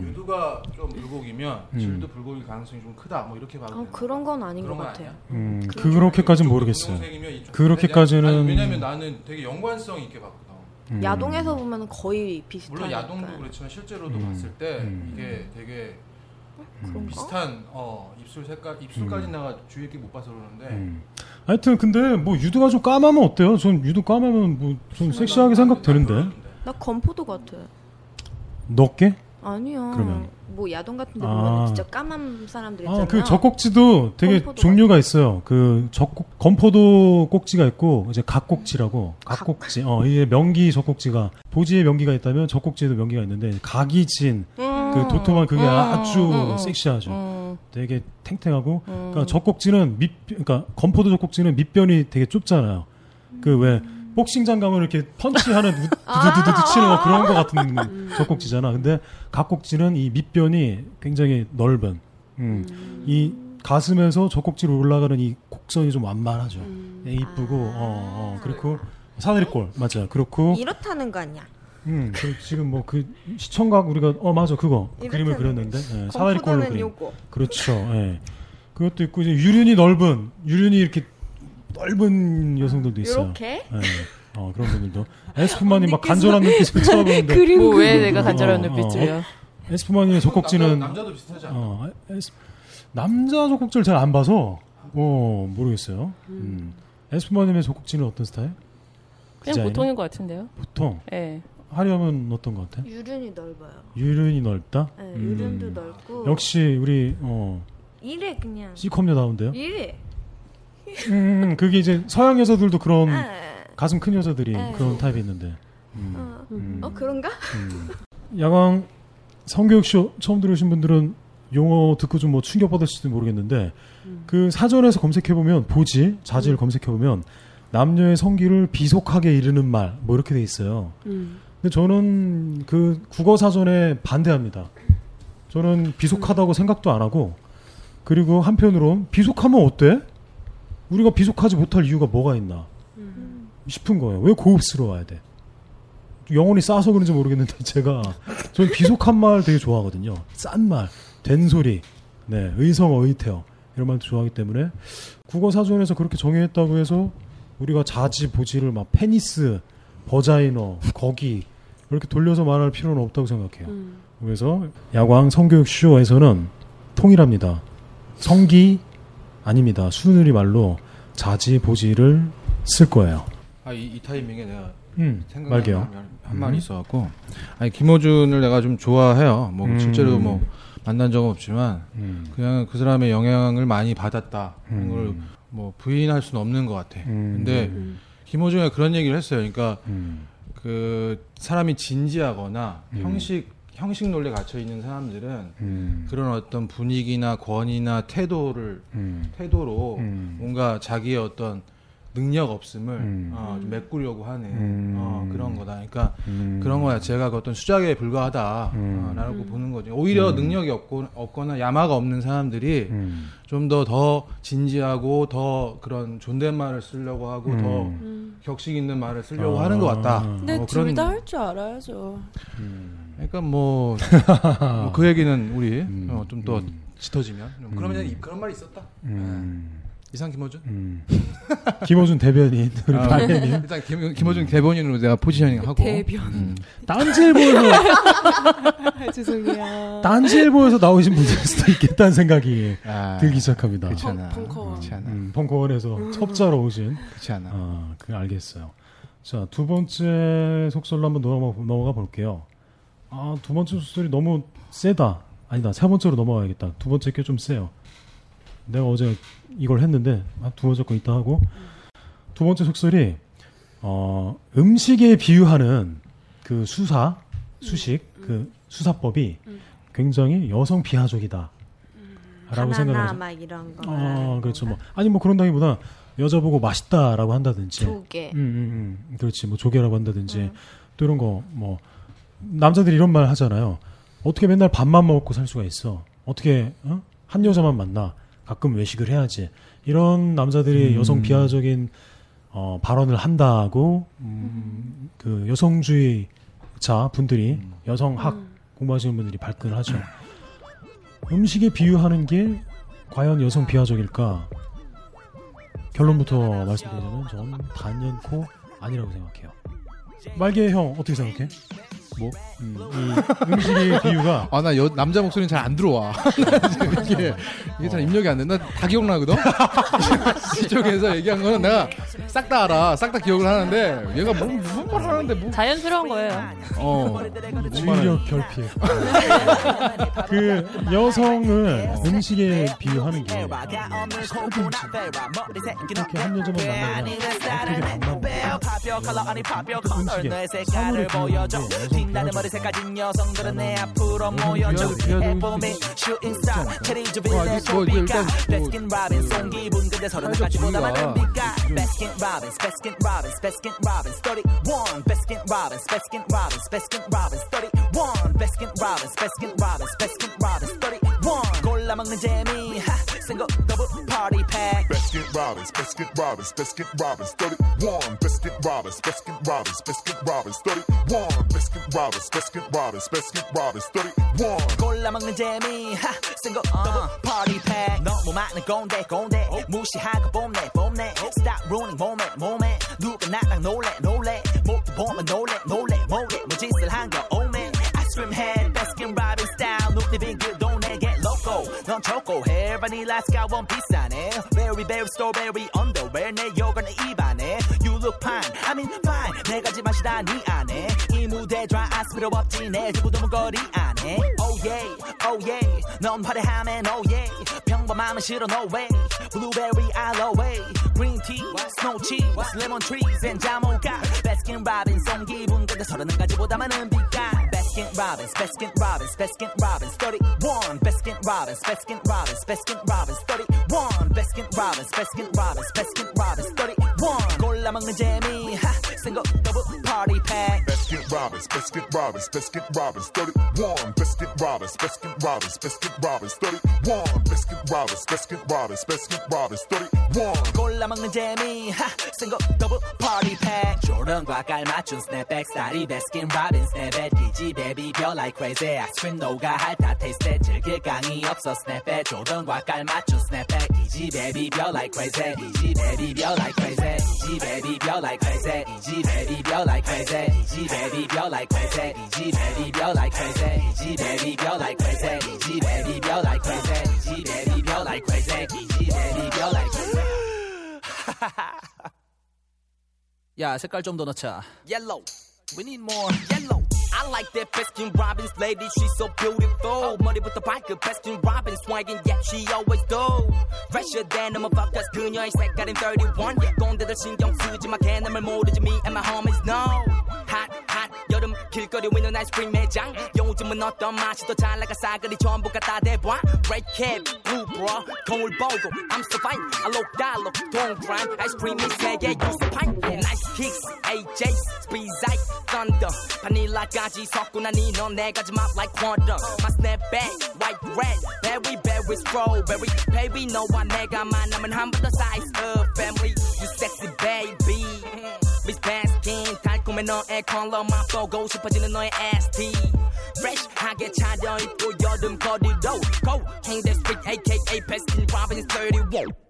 Speaker 3: 유두가 좀 불고기면
Speaker 2: 어. 음.
Speaker 3: 질도 불고기 가능성이 좀 크다. 뭐 이렇게 봐도
Speaker 10: 어,
Speaker 3: 되나?
Speaker 10: 그런 건 아닌
Speaker 3: 그런
Speaker 10: 것
Speaker 3: 건
Speaker 10: 같아요.
Speaker 2: 음, 그렇게까지는 모르겠어요.
Speaker 3: 동생이면 이쪽.
Speaker 2: 그렇게까지는
Speaker 3: 아니, 왜냐면 나는 되게 연관성 있게 봤거든.
Speaker 2: 음.
Speaker 10: 야동에서 보면 거의 비슷하니까.
Speaker 3: 물론 야동도 그렇지만 실제로도
Speaker 2: 음.
Speaker 3: 봤을 때
Speaker 2: 음.
Speaker 3: 이게 되게
Speaker 10: 그런가?
Speaker 3: 비슷한 어, 입술 색깔
Speaker 2: 음.
Speaker 3: 입술까지 나가 주의 깊게 못 봐서 그러는데
Speaker 2: 하여튼 근데 뭐 유두가 좀 까마면 어때요? 전 유두 까마면 뭐 좀 섹시하게 생각되는데
Speaker 10: 나 건포도 같아.
Speaker 2: 넓게?
Speaker 10: 아니야.
Speaker 2: 그러면?
Speaker 10: 뭐 야동 같은 데
Speaker 2: 아.
Speaker 10: 보면 진짜 까만 사람들 있잖아.
Speaker 2: 아, 그 젖꼭지도 되게
Speaker 10: 건포도
Speaker 2: 종류가 있어요. 그 젖꼭 건포도 꼭지가 있고 이제 각꼭지라고 각꼭지. 어, 이게 명기 젖꼭지가 보지에 명기가 있다면 젖꼭지에도 명기가 있는데 각이 진 그
Speaker 6: 음.
Speaker 2: 도톰한 그게
Speaker 6: 음,
Speaker 2: 아주
Speaker 6: 음, 음.
Speaker 2: 섹시하죠.
Speaker 6: 음.
Speaker 2: 되게 탱탱하고
Speaker 6: 음.
Speaker 2: 그러니까 젖꼭지는 밑 그러니까 건포도 젖꼭지는 밑변이 되게 좁잖아요. 그 왜 복싱장 가면 이렇게 펀치하는 우- 두두두두 치는 거 그런 거 같은 음, 젖꼭지잖아. 근데 각꼭지는 이 밑변이 굉장히 넓은 음. 이 가슴에서 젖꼭지로 올라가는 이 곡선이 좀 완만하죠. 예, 이쁘고 어, 어 그렇고 사다리꼴 맞아요. 그렇고
Speaker 10: 이렇다는 거 아니야.
Speaker 2: 음, 그 지금 뭐 그 시청각 우리가 어 맞아 그거 그 그림을 그렸는데 예, 사다리꼴로
Speaker 10: 건포도는
Speaker 2: 그림.
Speaker 10: 요거.
Speaker 2: 그렇죠. 예. 그것도 있고 이제 유륜이 넓은 유륜이 이렇게 넓은 여성들도 있어요.
Speaker 10: 요렇게?
Speaker 2: 예. 어 그런 분들도 에스프만이 막 간절한 눈빛을 쳐다보는데
Speaker 6: 그림 뭐왜 그리고. 내가
Speaker 2: 어,
Speaker 6: 간절한 눈빛을요?
Speaker 2: 에스프만이의 젖꼭지는
Speaker 3: 남자- 남자도 비슷하지 않나?
Speaker 2: 어, 에스- 남자 젖꼭지를 잘 안 봐서 어 모르겠어요. 음. 에스프만님의 젖꼭지는 어떤 스타일? 그
Speaker 6: 그냥
Speaker 2: 디자인?
Speaker 6: 보통인 것 같은데요.
Speaker 2: 보통.
Speaker 6: 예.
Speaker 2: 하려면 어떤 것 같아?
Speaker 10: 유륜이 넓어요.
Speaker 2: 유륜이 넓다.
Speaker 10: 네, 유륜도 넓고.
Speaker 2: 음. 역시 우리 어
Speaker 10: 이래 그냥.
Speaker 2: C컵녀다운데요.
Speaker 12: 예.
Speaker 10: 이래.
Speaker 2: 음, 그게 이제 서양 여자들도 그런
Speaker 10: 아.
Speaker 2: 가슴 큰 여자들이
Speaker 10: 아.
Speaker 2: 그런 타입이 있는데. 음.
Speaker 10: 어, 어, 그런가?
Speaker 2: 야광 성교육쇼 처음 들으신 분들은 용어 듣고 좀 뭐 충격받으실지도 모르겠는데 그 사전에서 검색해보면 보지 자질 검색해보면 남녀의 성기를 비속하게 이르는 말 뭐 이렇게 돼 있어요.
Speaker 11: 음.
Speaker 2: 근데 저는 그 국어 사전에 반대합니다. 저는 비속하다고 생각도 안 하고 그리고 한편으론 비속하면 어때? 우리가 비속하지 못할 이유가 뭐가 있나 싶은 거예요. 왜 고급스러워야 돼? 영혼이 싸서 그런지 모르겠는데 제가 저는 비속한 말 되게 좋아하거든요. 싼 말, 된소리, 네 의성 어휘태어 이런 말도 좋아하기 때문에 국어 사전에서 그렇게 정의했다고 해서 우리가 자지 보지를 막 페니스, 버자이너, 거기 이렇게 돌려서 말할 필요는 없다고 생각해요. 그래서 야광 성교육 쇼에서는 통일합니다. 성기 아닙니다. 순우리 말로 자지 보지를 쓸 거예요.
Speaker 3: 아, 이, 이 타이밍에 내가
Speaker 2: 음,
Speaker 3: 생각나는
Speaker 2: 말게요. 음.
Speaker 3: 한 말이 있어갖고 아니 김호준을 내가 좀 좋아해요. 뭐
Speaker 2: 음.
Speaker 3: 실제로 뭐 만난 적은 없지만
Speaker 2: 음.
Speaker 3: 그냥 그 사람의 영향을 많이 받았다.
Speaker 2: 음.
Speaker 3: 이걸 뭐 부인할 수는 없는 것 같아.
Speaker 2: 음.
Speaker 3: 근데
Speaker 2: 음.
Speaker 3: 김호준이 그런 얘기를 했어요. 그러니까
Speaker 2: 음.
Speaker 3: 그 사람이 진지하거나
Speaker 2: 음.
Speaker 3: 형식 형식 논리에 갇혀 있는 사람들은
Speaker 2: 음.
Speaker 3: 그런 어떤 분위기나 권위나 태도를
Speaker 2: 음.
Speaker 3: 태도로
Speaker 2: 음.
Speaker 3: 뭔가 자기의 어떤 능력 없음을
Speaker 2: 음.
Speaker 3: 어, 좀 메꾸려고 하는
Speaker 2: 음.
Speaker 3: 어, 그런 거다. 그러니까
Speaker 2: 음.
Speaker 3: 그런 거야. 제가 그 어떤 수작에 불과하다라고
Speaker 2: 음.
Speaker 3: 보는 거죠. 오히려
Speaker 2: 음.
Speaker 3: 능력이 없고, 없거나 야마가 없는 사람들이
Speaker 2: 음.
Speaker 3: 좀 더 더 진지하고 더 그런 존댓말을 쓰려고 하고
Speaker 2: 음.
Speaker 3: 더
Speaker 11: 음.
Speaker 3: 격식 있는 말을 쓰려고
Speaker 2: 아.
Speaker 3: 하는 것 같다.
Speaker 11: 근데
Speaker 3: 어,
Speaker 11: 둘
Speaker 3: 그런-
Speaker 11: 다 할 줄 알아야죠.
Speaker 3: 그러니까 뭐, 뭐그 얘기는 우리 어, 좀 더 짙어지면 그러면
Speaker 2: 음.
Speaker 3: 이- 그런 말이 있었다. 네.
Speaker 2: 음. 음.
Speaker 3: 이상 김호준.
Speaker 2: 김호준 대변인 우리
Speaker 3: 아,
Speaker 2: 반대님.
Speaker 3: 일단 김,
Speaker 2: 음.
Speaker 3: 김호준 대본인으로 내가 포지셔닝 하고
Speaker 11: 그
Speaker 3: 음.
Speaker 11: 대변.
Speaker 2: 딴지일보에서
Speaker 11: 아, 죄송해요.
Speaker 2: 딴지일보에서 나오신 분일 수도 있겠다는 생각이
Speaker 3: 아,
Speaker 2: 그 들기 시작합니다.
Speaker 3: 그렇잖아.
Speaker 11: 펑- 펑커원.
Speaker 3: 그렇잖아.
Speaker 2: 음, 벙커원에서 첩자로 오신.
Speaker 3: 그렇지 않아.
Speaker 2: 아, 그 알겠어요. 자, 두 번째 속설로 한번 넘어가, 넘어가 볼게요. 아, 두 번째 속설이 너무 세다. 아니다, 세 번째로 넘어가야겠다. 두 번째 게 좀 세요. 내가 어제 이걸 했는데, 아, 두 번째 거 있다 하고. 두 번째 속설이, 어, 음식에 비유하는 그 수사, 수식,
Speaker 12: 음.
Speaker 2: 그 수사법이 굉장히 여성 비하적이다. 라고
Speaker 12: 음. 바나나
Speaker 2: 생각하면서.
Speaker 12: 막 이런 거.
Speaker 10: 네.
Speaker 2: 아, 그렇죠. 뭐 아니 뭐 그런다기보다 여자보고 맛있다라고 한다든지.
Speaker 12: 조개.
Speaker 2: 음, 음, 음. 그렇지. 뭐 조개라고 한다든지. 또 이런 거 뭐 남자들이 이런 말 하잖아요. 어떻게 맨날 밥만 먹고 살 수가 있어? 어떻게 어? 한 여자만 만나? 가끔 외식을 해야지. 이런 남자들이
Speaker 1: 음.
Speaker 2: 여성 비하적인 어, 발언을 한다고 음, 그 여성주의자 분들이 여성학 공부하시는 분들이 발끈을 하죠. 음식에 비유하는 게 과연 여성 비하적일까? 결론부터 말씀드리자면 저는 단연코 아니라고 생각해요. 말개 형 어떻게 생각해?
Speaker 3: 뭐?
Speaker 2: 음, 이 음식의 비유가
Speaker 3: 아 나 남자 목소리는 잘 안 들어와. 이게 이게 잘 입력이 안 된다. 다 기억나거든. 이쪽에서 얘기한 거는 내가 싹 다 알아. 싹 다 기억을 하는데 얘가 뭐, 무슨 말 하는데 뭐?
Speaker 6: 자연스러운 거예요.
Speaker 3: 어.
Speaker 2: 주의력 결핍. 그 여성을 음식에 비유하는 게
Speaker 11: 음.
Speaker 2: 음. 이렇게 한 여자만 만나면 어떻게 만나?
Speaker 5: 사물을 보여줘 빛나는 머리색까진 여성들은 내 앞으로 모여줘
Speaker 3: 뭐,
Speaker 5: 해보미 슈잉스타 체리즈 빌레 초비가 베스킨
Speaker 2: 음.
Speaker 5: 라빈스
Speaker 3: 뭐
Speaker 11: 음.
Speaker 5: 송기분 근데 서른 가지보다 많은 빛가 베스킨 라빈스 베스킨 라빈스 베스킨 라빈스 31 베스킨 라빈스 베스킨 라빈스 베스킨 라빈스 31 베스킨 라빈스 베스킨 라빈스 베스킨 라빈스 31 골라 먹는 재미 하 싱글 더블 파티 팩
Speaker 13: Biscuit Robbins, Biscuit Robbins, Biscuit Robbins, 31. Biscuit Robbins, Biscuit Robbins, Biscuit Robbins, 31. Biscuit Robbins, Biscuit Robbins, Biscuit Robbins, 31.
Speaker 5: 골라 먹는 재미 하 싱글 더블 파티 팩 너무 많은 건데 건데 무시하고 뽐내 뽐내 stop ruining moment moment 누가 나랑 놀래 놀래 모두 보면 놀래 놀래 모래 뭐 짓을 한거 oh man ice cream head baskin robbins style 눈이 빙글도 내게 loco oh, 넌 초코해 vanilla sky one piece 안에 berry berry strawberry underwear 내 요건 입안에 you look fine I mean fine 네 가지 맛이 다네 안에 이 무대 dry ice 필요 없지 내 주부 도문거리 안에 oh yeah oh yeah 넌 화려하면 oh yeah 평범함은 싫어 no way blueberry aloe green tea snow cheese lemon trees and 자모가 baskin robbins 온 기분 근데 서른 한 가지보다 많은 빛가 baskin robbins baskin robbins baskin robbins 31 baskin robbins baskin robbins baskin robbins 31 baskin robbins baskin robbins baskin robbins 31 골라 먹는 재미 하 single double party pack
Speaker 13: Biscuit Robbins, Biscuit Robbins, Biscuit Robbins, 31. Biscuit Robbins, Biscuit Robbins, Biscuit Robbins, 31. Biscuit Robbins, Biscuit Robbins, Biscuit Robbins, 31.
Speaker 5: 골라 먹는 재미 하 싱글 더블 파티 팩 조른과 깔맞춘 스냅백 스타리 베스킨 라빈 스냅백 기지 베비 별 like crazy 아크림 노가 할다 테이스트 즐길 강이 없어 스냅백 조른과 깔맞춘 스냅백 기지 베비 별 like crazy 기지 베비 별 like crazy 기지 베비 별 like crazy 기지 베비 별 like crazy 기지 베비 별 like crazy 기지 베비 별 like crazy 기지 베비 별 like crazy 기지 베비 별 like crazy 기지 베비 별 like crazy 기지 베비 별 like crazy
Speaker 14: 야 색깔 좀 더 넣자. Yellow. We need more yellow. I like that Baskin Robbins lady, she's so beautiful. 머리부터 발끝 Baskin Robbins swaggin', yeah, she always do. Fresher than a motherfuckers, 그녀의 색깔은 31. 꼰대들 신경 쓰지 마, 개념을 모르지, me and my homies know. Hot, hot, 여름 길거리 위는 아이스크림 매장. 요즘은 어떤 맛이 더 잘 나가 싸그리 전부가 다 대봐. Red cap, blue bra, 거울 보고, I'm so fine. 알록달록, 동그란 아이스크림이 세계 유스파인. Nice kicks, AJ, squeeze like thunder. 바닐라까지 섞고 나니 넌 내가 지 맛 like water. My snapback, white red, berry berry strawberry. Baby 너와 내가 만나면 한 번 더 size up family. You sexy baby. Miss Baskin 달콤해 너의 컬러 맛보고 싶어지는 너의 ST. Fresh하게 차려입고 여름 거리로 go. Hang the street, aka Baskin Robbins 31.